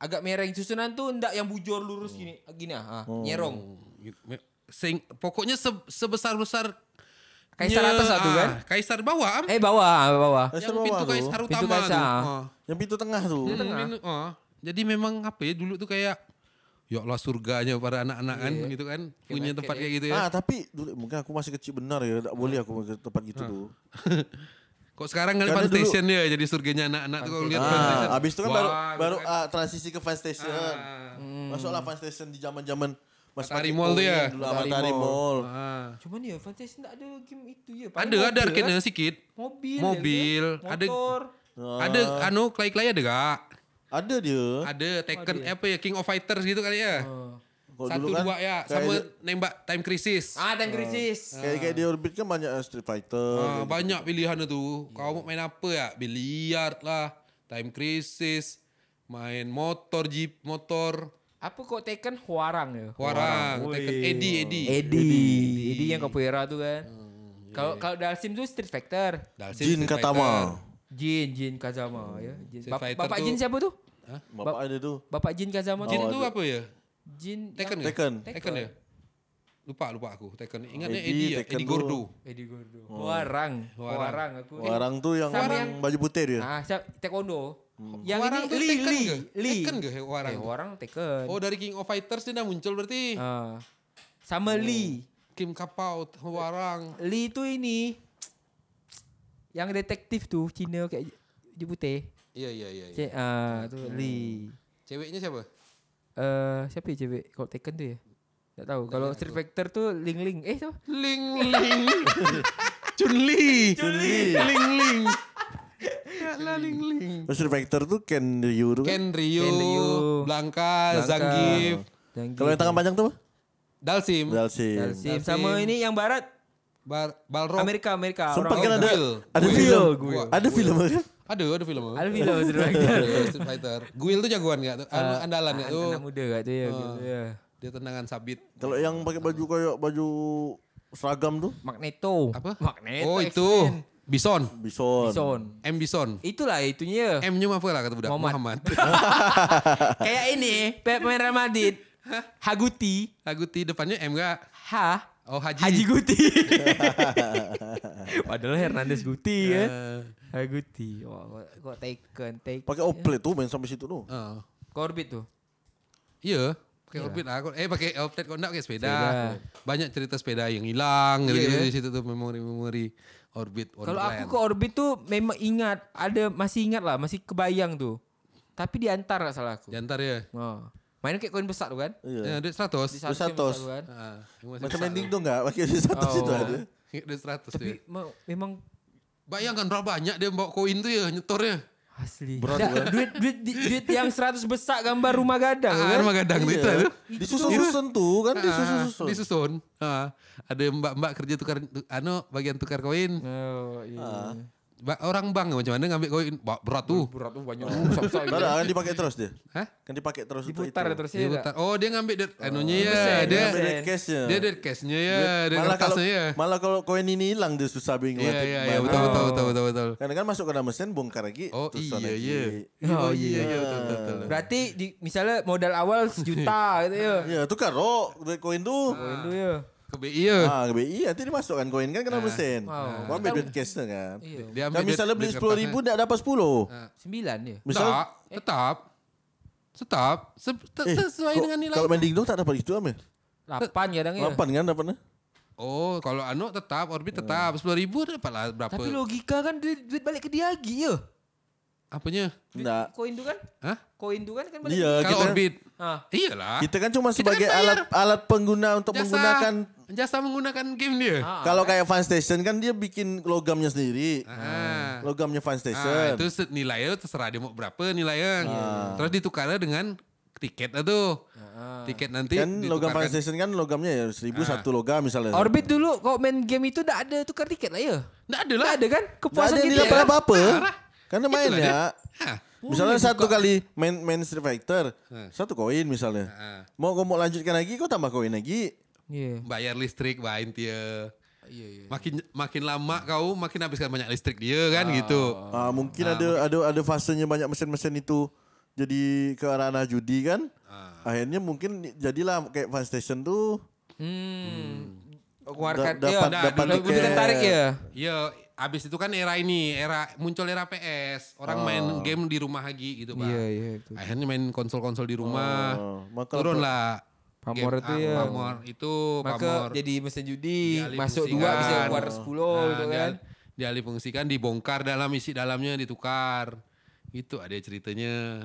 D: Agak mereng susunan tu ndak yang bujur lurus gini, gini ah, ah, nyerong.
A: Gitu. Me- Sing, pokoknya se- sebesar-besar ah,
D: Kaisar atas satu kan?
A: Kaisar bawah am.
D: Eh bawah, bawah.
E: Kaisar
A: yang pintu
E: bawah tuh.
A: kaisar utama
D: Pintu kaisar.
A: tuh. Ah.
E: Yang pintu tengah tuh.
A: Hmm, minu- oh. Jadi memang apa ya dulu tuh kayak ya Allah surganya para anak-anak kan
E: Iya.
A: gitu kan punya tempat kayak gitu ya.
E: Ah, tapi dulu mungkin aku masih kecil benar ya, enggak boleh
A: Hmm.
E: aku ke tempat gitu tuh.
A: Kok sekarang kan
E: Karena
A: fan
E: dulu-
A: station ya jadi surganya anak-anak tuh kalau lihat fan station.
E: Ah, habis itu kan
A: Wah,
E: baru
A: gitu
E: baru
A: kan.
E: ah, transisi ke fast station. Hmm.
A: Ah.
E: Masuklah fast station di zaman-zaman Mas
A: Matahari
E: Patrick
A: Mall tuh
E: Owen
A: ya?
E: Dulu ah, Matahari Mall.
A: Ah.
D: Cuman ya fantasy tak ada game itu ya. Paling
A: Ada ada
D: mobil
A: arcade-nya
E: kan?
D: lah.
A: sedikit.
D: Mobil. ya
A: Mobil,
D: kan?
A: ada-
D: Motor.
A: Ada anu klay-klay ada gak?
E: Ah. Ada dia.
A: Ada Tekken apa ya King of Fighters gitu kali ya.
E: Kalau
A: Satu
E: dulu kan
A: dua ya
E: kayak
A: sama nembak Time Crisis.
D: Ah, dan krisis.
E: Kayak kayak di orbit kan banyak eh, Street Fighter.
A: Ah, banyak pilihan tu. Kau mau main apa ya? Biliar lah, time crisis, main motor jeep, motor,
D: Apa kok Tekken Huarang ya?
A: warang, Tekken Edi, Edi.
D: Eddie. Eddie yang capoeira tuh kan. Kalau kalau Dalsim tuh Street Fighter.
A: Dalsim,
E: Jin
A: Street
E: Katama.
D: Jin, Jin Kazama ya. Jin.
A: Street
D: Bap-
A: Fighter
D: Bapak
A: tuh-
D: Jin siapa tuh?
E: Bapak ada tuh.
D: Bapak Jin Kazama
A: Fighter.
D: tuh.
A: Jin tu apa ya?
D: Jin
A: Tekken ke?
E: Tekken.
A: Tekken ya? Lupa, lupa aku. Tekken. Ingatnya
E: Edi,
A: Edi ya,
E: Tekken
A: Edi
E: tu.
A: Gordo.
D: yang- Eddie Gordo. Huarang. Oh. Huarang aku.
E: Orang tuh yang
D: Sama
E: yang baju putih dia.
D: Ah, siap Taekwondo.
E: Hmm.
D: Yang
A: Warang
D: ini
A: tu
D: Li
A: Tekken
D: Li
A: ke?
D: Li.
A: Tekken ke warang?
D: Eh,
A: tu?
D: Huarang Tekken.
A: Oh, dari King of Fighters dia dah muncul berarti.
D: Ah.
A: Oh.
D: Sama Lee.
A: Kim Kapau, warang.
D: Lee tu ini yang detektif tu Cina kayak je putih.
A: Iya, iya, iya. iya.
D: Cek ah tu Lee.
A: ya, Ceweknya siapa?
D: Eh siapa ya cewek kalau Tekken tu ya? Tak tahu. Kalau Street Fighter tu Ling Ling. Eh siapa?
A: Ling Ling. Chun Li. Chun Li. Ling Ling. Ya lah Ling Ling.
E: Terus Street Fighter tuh Ken Ryu tuh kan.
A: Ken Ryu,
D: Ken Ryu,
A: Blanca, Ah, Zangief.
E: Kalau yang tangan panjang tuh apa?
A: Dalsim.
E: Dalsim.
D: Dalsim.
A: Hmm.
D: Sama
A: Dalsim.
D: ini yang barat
A: Bar, Balrog.
D: Amerika Amerika.
E: Sempat
D: orang-
E: kan ada ada
D: Guil,
E: film,
D: guil.
E: ada film kan?
A: Ada, ada film apa?
D: Alvin lah Street Fighter.
A: Iya, [LAUGHS] Street Fighter. Guil tuh jagoan gak tuh? Anu, Andalan Ah. gak
D: Anak-
A: tuh?
D: Anak Ah, muda kat tu ya. gitu, ya.
A: Dia tendangan sabit.
E: Kalau yang pakai baju koyok baju seragam tuh,
D: Magneto.
A: Apa?
D: Magneto.
A: Oh itu.
D: X-Men.
A: Bison.
E: bison.
D: Bison.
A: M Bison.
D: Itulah itunya.
A: M-nya apa lah kata budak?
D: Muhammad.
A: Muhammad.
D: Kayak ini Pep Merah Madrid. Haguti.
A: Haguti depannya M gak?
D: Ha.
A: Oh Haji.
D: Haji
A: [LAUGHS]
D: Guti. Padahal Hernandez Guti
A: Eh.
D: ya. Haguti. Wah, kok- kok taken, taken.
E: Pakai oplet tuh main sampai situ tuh.
A: Oh.
D: Korbit tuh.
A: Iya, pakai orbit lah. Aku- Eh pakai outlet kok enggak pakai sepeda.
D: Sepeda.
A: Banyak cerita sepeda yang hilang gitu,
D: Iya.
A: di situ tuh memori-memori orbit.
D: Kalau aku ke
A: kok
D: orbit tuh memang ingat, ada masih ingat lah, masih kebayang tuh. Tapi diantar nggak salah aku.
A: diantar ya.
D: Oh. Main kayak koin besar tuh kan?
E: Iya.
A: Ya, duit Ah, 100.
D: Di satu
E: Besar
D: tim besar
E: tos.
D: tuh kan?
A: Heeh.
E: Macam main dingdong enggak pakai satu
D: Oh.
E: situ ada.
A: [LAUGHS] Duit 100
D: Tapi
A: tuh. ya.
D: mau- memang
A: Bayangkan berapa banyak dia bawa koin tuh ya, nyetornya.
D: asli.
E: Berat
D: Dah,
E: juga.
D: duit, duit, di- duit yang 100 besar gambar rumah gadang.
A: Ah,
D: kan?
A: rumah gadang tuh itu.
E: Iya.
A: tuh.
E: Disusun-susun tuh kan
A: Ah,
E: disusun-susun.
A: Disusun. Ah, ada mbak-mbak kerja tukar tu- anu bagian tukar koin.
D: Oh, iya.
E: Ah.
A: Ba- orang bank macam mana ngambil koin? Ba- Berat tuh.
D: Berat tuh
E: [LAUGHS]
D: banyak. besar-besar gitu.
E: Padahal kan dipakai terus dia.
A: Hah?
E: Kan dipakai terus untuk
D: Diputar
E: itu.
D: terus
A: Dia
D: ya.
A: putar. Oh, dia ngambil dari anunya ya.
D: Persen.
A: Dia
E: Dia duit cashnya.
A: Dia dari cashnya ya, dari
E: malah kalau
A: kertasnya ya.
E: malah kalau koin ini hilang dia susah bingung.
A: Iya,
E: nanti
A: iya, iya,
E: gimana.
A: Ya, betul, betul, betul, betul, betul.
E: Karena kan masuk ke dalam mesin bongkar lagi.
A: Oh
E: terus
A: iya,
E: lagi.
A: iya.
D: Oh, iya.
A: betul, betul, betul.
D: Berarti di, misalnya modal awal sejuta gitu ya.
E: Ya tukar roh duit koin tuh.
D: Koin tu ya.
A: Ke BI ya.
E: Ah, ke BI nanti dimasukkan koin
A: Ah.
E: kan kena mesin.
D: Wow.
E: Kau ambil duit cashnya kan.
D: Iya.
A: Dia
E: Kan misalnya
A: duit
E: beli sepuluh
A: kertasnya.
E: ribu, tidak dapat sepuluh.
D: Sembilan ya.
A: Tak,
E: Misal,
A: tetap. Tetap. Se- te-
E: eh,
A: sesuai
E: kok-
A: dengan nilai.
E: Kalau main dingdong tak dapat itu ame.
D: Lapan kadang ya.
E: Lapan kan dapatnya.
A: Oh, kalau anu tetap,
E: Ah.
A: orbit tetap. Sepuluh ribu dapat lah berapa.
D: Tapi logika kan duit, duit balik ke dia lagi ya.
A: Apanya?
E: Tidak.
D: Koin tu kan?
A: Hah?
D: Koin tu kan kan balik.
A: Kalau
E: Iya, Eh, kita
A: orbit.
D: Ah.
A: Iyalah.
E: kita kan cuma
A: Kita kan
E: sebagai
A: bayar.
E: alat alat pengguna untuk
A: Jasa-
E: menggunakan
A: jasa menggunakan game dia.
D: Ah,
E: Eh, kalau kayak Fun Station kan dia bikin logamnya
A: eh.
E: sendiri. Hmm.
A: Ah.
E: Logamnya
A: Ah,
E: Fun Station.
A: itu se- nilainya terserah dia mau berapa nilainya.
D: Ah.
A: Terus ditukarnya dengan tiket lah tuh. Tiket nanti
E: kan logam Fun
A: ditukarkan.
E: Station kan logamnya ya seribu
A: Ah.
E: satu logam misalnya.
D: Orbit dulu kau main game itu tak ada tukar tiket lah ya.
A: Nggak ada lah.
D: Tak ada kan?
E: Nggak
D: Kepuasan
E: ada yang
D: kita.
E: didapat
D: kan?
E: apa-apa.
A: Parah.
E: Karena
A: Itulah
E: main
A: dia.
E: ya.
A: Hah.
E: Misalnya satu kali main main Street Fighter, satu koin misalnya.
A: Hmm. Ah.
E: Mau kau mau lanjutkan lagi, kau tambah koin lagi.
D: Iya.
A: Bayar listrik, main dia.
D: Iya iya.
A: Makin makin lama kau makin habiskan banyak listrik dia kan gitu.
E: Ah, mungkin ada ada ada fasenya banyak mesin-mesin itu jadi ke arah arah judi kan.
A: Ah.
E: Akhirnya mungkin jadilah kayak Fun Station tuh
D: Hmm. Keluarkan
E: Da-
D: dia.
E: dapat-
D: Dah,
A: dapat
D: Lebih
A: tiket.
D: tertarik ya.
A: Ya, abis itu kan era ini, era muncul era PS, orang main game di rumah lagi gitu, Pak.
D: Ah. Iya iya betul.
A: Akhirnya main konsol-konsol di rumah.
E: Oh, maka-
A: Turun lah. game-
D: Pamor itu
A: ah,
D: ya.
A: Pamor itu,
D: Maka
A: pamor.
D: jadi mesin judi,
A: Dialih
D: masuk
A: fungsikan.
D: dua bisa keluar sepuluh
A: Nah,
D: gitu kan.
A: dial- dialih fungsikan, dibongkar dalam isi dalamnya ditukar. Itu ada ceritanya.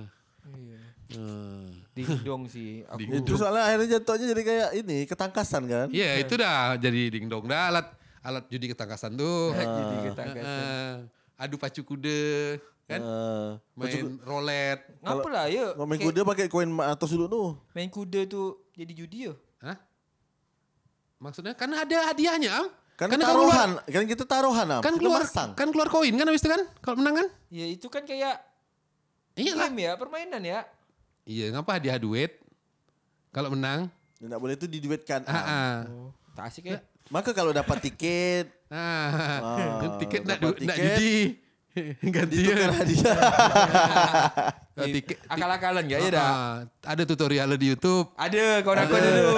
D: Iya. [LAUGHS]
A: Hmm.
D: Dingdong sih. Aku
E: itu soalnya akhirnya jatuhnya jadi kayak ini ketangkasan kan.
A: Iya itu dah jadi dingdong dah alat alat judi ketangkasan tuh.
D: jadi ketangkas.
A: Heeh. adu pacu kuda kan
E: Eh,
A: main rolet.
D: Ngapa lah ya?
E: main kuda pakai koin atas dulu tuh.
D: Main kuda tu jadi judi ya?
A: Hah? Maksudnya kan ada hadiahnya am.
E: Kan
A: Karena kan keluar
E: taruhan, kan kita taruhan am.
A: kan
E: Kita
A: keluar
E: masang.
A: kan keluar koin kan habis itu kan kalau menang kan?
D: Ya itu kan kayak
A: Iya lah.
D: game ya, permainan ya.
A: Iya ngapa hadiah duit kalau menang?
E: Ya, Nggak boleh itu diduetkan.
A: Ah,
E: am.
A: ah.
D: Tak asik ya?
E: Maka kalau dapat
A: [LAUGHS]
E: tiket
A: Ah,
E: Ah,
A: tiket kan nak
E: dapat
A: du- nak
E: tiket.
A: judi. [LAUGHS] Ganti
E: ditukar
A: [LAUGHS]
E: hadiah.
A: Ah,
D: Eh,
A: tiket-
D: Akal-akalan gak ya
A: Ah,
D: dah?
A: ah. Ada tutorial di YouTube.
D: Ada, kawan aku ada dulu.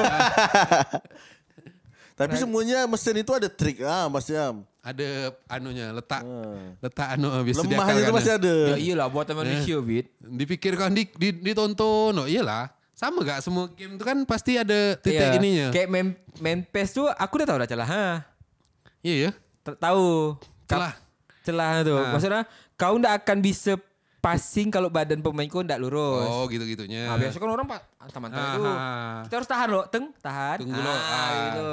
E: Tapi semuanya mesin itu ada trik ah Mas Yam.
A: Ada anunya letak
E: Ah.
A: letak anu habis itu
E: Lemahnya itu
A: diakalkan.
E: masih ada.
D: Ya
A: iya.
D: iyalah buatan manusia, Bit.
A: Dipikirkan di, di, ditonton. Oh iyalah. Sama gak semua game itu kan pasti ada titik
D: Iya.
A: ininya.
D: Kayak main, main PES tu aku dah tahu dah celah. Ha.
A: Iya ya.
D: Ter- Tahu. Kap-
A: Celah. Nah.
D: Celah tu. Maksudnya kau ndak akan bisa passing kalau badan pemain kau ndak lurus.
A: Oh gitu-gitunya.
E: Ah,
D: Nah, biasa kan orang pak antam-antam
A: Ah,
D: itu.
A: ah.
D: Kita harus tahan loh, teng, tahan.
A: Tunggu loh, ah.
D: gitu.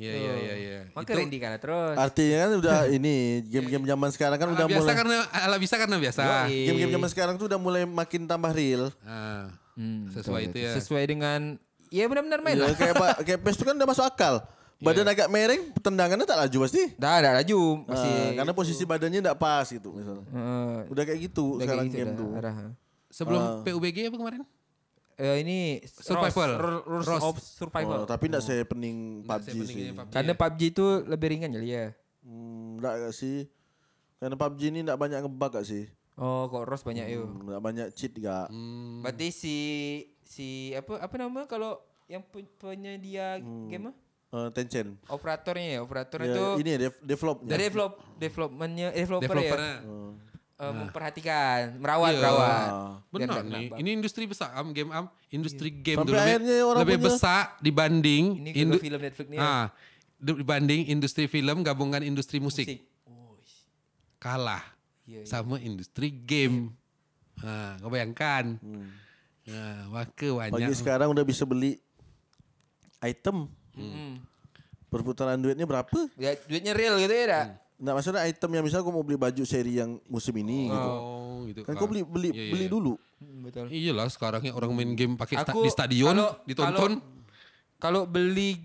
A: Iya
E: Oh.
A: iya iya iya.
D: Maka Randy kalah terus.
E: Artinya kan
A: [LAUGHS]
E: udah ini game-game zaman sekarang kan
A: Ala
E: udah
A: biasa
E: mulai
A: Iya, karena ala bisa karena biasa.
D: Yoi.
E: game-game zaman sekarang tuh udah mulai makin tambah real.
A: Ah, sesuai itu ya.
D: Sesuai dengan Iya benar-benar main
E: Ya,
D: lah. Iya.
E: kayak Pak- kayak pes itu kan udah masuk akal. Badan agak mereng, tendangannya tak laju pasti.
D: Dah, dah laju masih.
E: Nah, karena posisi badannya tidak pas gitu misalnya.
D: Heeh.
E: Udah kayak gitu
D: gitu. udah kayak
E: sekarang
D: gitu
E: game
D: dah,
E: tuh.
D: arah.
E: Ah.
A: Sebelum PUBG apa kemarin?
D: Eh, ini
A: Survival.
D: Rules- Rules
A: Rules.
D: of
E: Oh,
D: survival.
E: tapi tidak saya pening PUBG
A: Saya
E: sih.
A: peningnya PUBG.
D: Karena PUBG itu lebih ringan jadi ya.
E: Hmm, Enggak gak sih. Karena PUBG ini tidak banyak ngebug gak sih?
D: Oh, kok Ros banyak yo.
E: Enggak banyak cheat gak?
D: Hmm. Berarti si si apa apa nama kalau yang pen- penyedia game ah?
E: Eh, Tencent.
D: operatornya ya, operator
E: Ya,
D: itu
E: ini ya, dev- developnya.
D: dari develop developmentnya eh, developer, ya
E: Iya.
A: Developernya. Nah. Iya.
D: eh, memperhatikan merawat merawat
E: Ah,
D: Biar
A: Benar
D: nggak
A: nih.
D: nambah.
A: Ini industri besar am game am industri game tuh
E: Sampai
A: lebih,
E: akhirnya orang
A: lebih
E: punya-
A: besar dibanding
D: ini
A: indu-
D: kalau film Netflix nih ya.
A: ah, dibanding industri film gabungan industri musik,
D: Musik.
A: kalah
D: Iya, iya.
A: sama industri game. Nah, kau bayangkan. Nah, maka
E: Pagi
A: banyak
E: sekarang udah bisa beli item.
A: Hmm.
D: Mm.
E: Perputaran duitnya berapa?
D: Ya, duitnya real gitu ya dak?
E: Nah maksudnya item yang misalnya aku mau beli baju seri yang musim ini gitu.
A: Oh, gitu.
E: Kan kau beli beli
A: Iya, iya,
E: beli
A: iya.
E: dulu.
D: Mm, betul
A: Iyalah sekarangnya orang main game pakai sta-
D: Aku-
A: di stadion
D: kalau-
A: ditonton.
D: kalau beli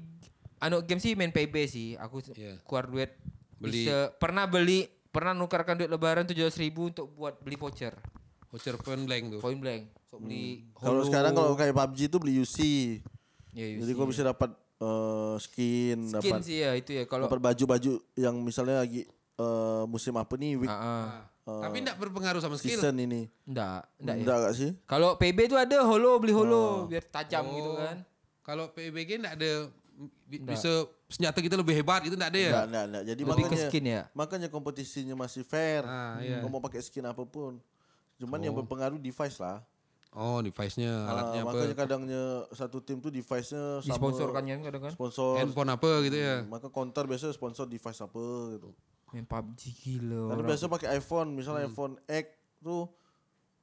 D: anu game sih main PB sih aku se-
A: Iya.
D: keluar duit
A: Beli-
D: bisa pernah beli pernah nukarkan duit lebaran tujuh ribu untuk buat beli voucher
A: voucher point Oh, blank tuh.
D: point blank so, beli
E: Hmm. Kalau
D: Holo.
E: sekarang kalau kayak PUBG itu beli UC.
D: Ya, you
E: Jadi
D: see.
E: kau bisa dapat eh, skin,
D: skin
E: dapat
D: sih ya itu ya kalau
E: dapat baju-baju yang misalnya lagi eh, musim apa nih week
D: Ah, ah.
A: Tapi enggak berpengaruh sama skill.
E: season ini.
D: enggak enggak ya
E: Enggak gak sih?
D: kalau PB itu ada holo beli
E: Oh.
D: holo biar tajam gitu kan
A: Kalau PUBG enggak ada bi- bisa senjata kita lebih hebat gitu enggak ada ya?
E: Enggak, enggak, enggak. Jadi
D: Lebih ke
E: makanya
D: skin iya. ya?
E: makanya kompetisinya masih fair.
A: Ah,
E: Kau mau pakai skin apapun. Cuman
D: Oh.
E: yang berpengaruh device lah.
A: Oh, device-nya, alatnya
E: Ah,
A: apa?
E: makanya kadangnya satu tim tuh device-nya sama
D: disponsorkannya kan kadang kan
E: sponsor
A: Handphone apa gitu
D: Eh.
A: ya.
E: maka counter biasanya sponsor device apa gitu.
D: main PUBG gila
E: Karena
D: orang. Hmm.
E: biasa pakai iPhone, misalnya iPhone X tuh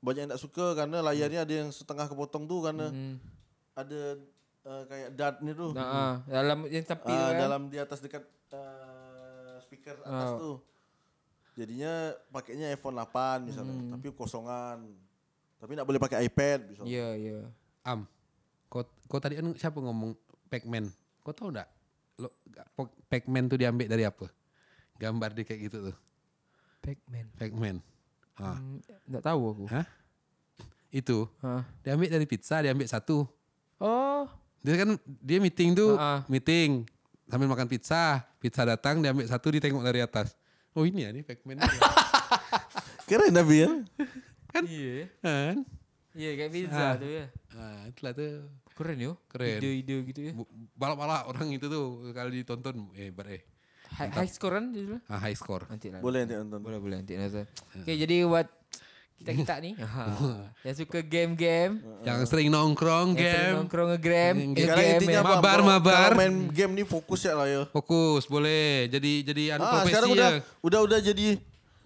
E: banyak yang tak suka karena layarnya ada yang setengah kepotong tuh karena
D: Hmm.
E: ada eh, kayak dart nih tuh.
D: Nah, ah, dalam yang tepi
E: Ah,
D: tu kan. Ah.
E: dalam di atas dekat eh, speaker atas tuh. Jadinya pakainya iPhone 8 misalnya,
D: Hmm.
E: tapi kosongan. Tapi nggak boleh pakai iPad misalnya.
D: Iya, iya.
A: Am.
E: Hmm.
A: Kau, kau tadi kan siapa ngomong Pac-Man? Kau tahu enggak? Lo Po- Pac-Man tuh diambil dari apa? Gambar dia kayak gitu tuh.
D: Pac-Man.
A: Pac-Man. Ah,
D: Hmm, Enggak tahu aku. Ah.
A: Hah? Itu
D: Hah.
A: diambil dari pizza, diambil satu.
D: Oh,
A: Dia kan dia meeting tuh,
D: Ah, ah.
A: meeting sambil makan pizza. Pizza datang diambil satu ditengok dari atas. Oh ini ya nih Pac-Man.
E: [LAUGHS]
A: ni.
E: Keren tapi ya.
D: iya.
A: kan?
D: Iya, kayak pizza tu ya.
A: Nah, itulah tuh.
D: Keren yo.
A: Keren.
D: Ide-ide gitu ya.
A: Bu- Balap-balap orang itu tuh kalau ditonton hebat eh.
D: High, high score kan dia tu?
A: Ah, high score.
D: Nanti lah.
E: Boleh nanti nonton.
D: Boleh, boleh nanti Nazar. Oke, lah, jadi buat kita-kita nih yang suka game-game,
A: Yang sering nongkrong
D: yang sering
A: game,
D: nongkrong nge-game,
E: Sekarang
D: nge-game
E: intinya
D: ya.
E: apa?
A: Mabar,
E: Kalau-
A: mabar.
E: Kalau main game nih fokus ya lah ya.
A: fokus boleh. Jadi jadi anu
E: Ah,
A: profesi
E: sekarang
A: ya.
E: udah udah udah jadi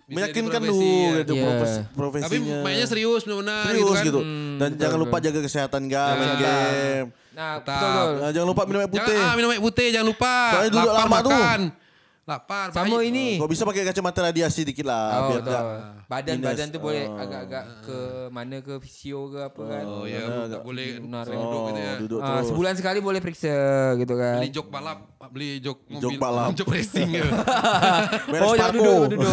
E: meyakinkan
A: jadi
E: lu
A: profesi, ya.
E: gitu
D: Iya.
E: profes-
A: Tapi
E: profesinya.
A: mainnya serius benar-benar
E: serius
A: kan.
E: gitu. Dan jangan lupa jaga kesehatan gak main game.
D: Nah,
A: Tetap.
D: betul, betul.
E: Nah, jangan lupa minum air
A: Jangan
E: putih.
A: ah, minum air putih jangan lupa.
E: Soalnya duduk
A: Lapar
E: lama tuh.
A: makan. Lapar.
D: Sama
A: bahaya.
D: ini.
E: Kalau bisa pakai kacamata radiasi dikit
D: Oh,
E: lah biar
D: betul.
E: tak
D: Badan-badan
E: minus.
D: tu boleh agak-agak ke mana ke fisio ke apa kan.
A: Oh ya, nggak boleh sering duduk
E: oh,
A: gitu ya.
E: duduk
D: Ah,
E: terus.
D: sebulan sekali boleh periksa gitu kan. [LAUGHS]
A: Beli jok balap, beli jok mobil,
E: Jok balap.
A: jok racing
E: [LAUGHS]
A: ya.
E: Beres
D: oh, jangan
E: parko.
D: duduk, jangan duduk.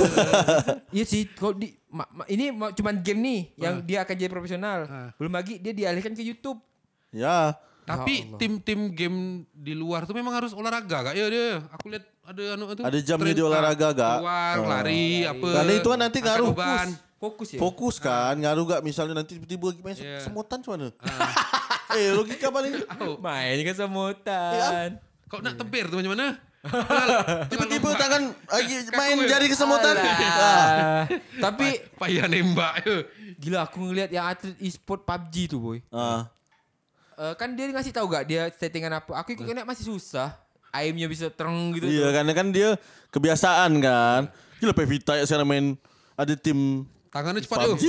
D: Iya sih, kalau di ma- ma- ini ma- cuman game nih yang dia akan jadi profesional. Belum lagi dia dialihkan ke YouTube.
E: Ya.
A: Tapi tim-tim game di luar tuh memang harus olahraga kak. Ya dia, aku lihat ada anu itu.
E: Ada jamnya
A: train-
E: dia olahraga, Kak.
A: Keluar, lari, apa.
E: Karena itu kan nanti
A: angkat
E: ngaruh.
A: beban.
D: Fokus ya.
E: Fokus kan, ngaruh gak misalnya nanti tiba-tiba
A: Ah.
E: main
A: Iya. Ah.
E: semutan cuman. [LAUGHS] eh, logika paling
D: Main ke semutan.
A: Kau nak tebir tuh macam
E: [LAUGHS]
A: mana? Terlalu-
E: Iya. tiba-tiba
A: terlalu
E: tangan lagi main
A: kaku ya.
E: jari kesemutan. Ah. [LAUGHS]
D: Alah. Tapi
A: pa- Payah nembak ya.
D: gila aku ngelihat yang atlet e-sport PUBG tuh boy.
E: Ah.
D: Eh, kan dia ngasih tahu gak dia settingan apa? Aku ikut kena masih susah. Aimnya bisa tereng gitu.
E: Hmm. Iya karena kan dia kebiasaan kan. Gila Pevita ya sekarang main ada tim
A: Tangannya cepat yuk.
E: PUBG.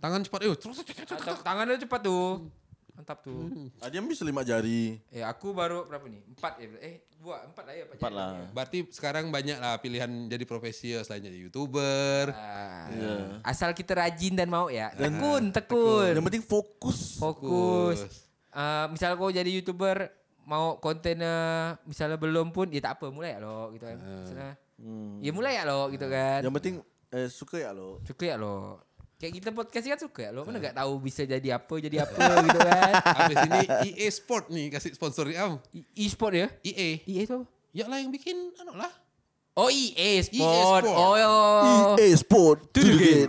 A: Tangan cepat yuk. Terus terus, terus.
D: Mantap, tangannya cepat tuh. Mantap tuh.
E: Ada yang bisa Ah, lima jari.
D: Eh aku baru berapa nih? Empat ya. Eh dua empat lah ya.
E: Empat lah.
A: Berarti sekarang banyak lah pilihan jadi profesi ya selain jadi youtuber.
D: Ah,
E: Iya.
D: Asal kita rajin dan mau ya. Tekun, tekun.
E: Yang penting fokus.
D: Fokus. eh, misalnya kau jadi youtuber mau konten eh, misalnya belum pun ya tak apa mulai ya lo gitu kan. Misalnya, Ya mulai ya lo gitu kan.
E: Yang penting eh, suka ya lo.
D: Suka ya lo. Kayak kita podcast kan suka ya lo. Mana gak tahu bisa jadi apa jadi apa [LAUGHS] gitu kan.
A: Habis ini EA Sport nih kasih sponsor di am.
D: E- E-sport ya?
A: EA.
D: EA itu apa?
A: Ya lah yang bikin anu lah.
D: Oh EA Sport.
E: E
A: sport.
D: Oh, yo.
E: EA Sport to the gate.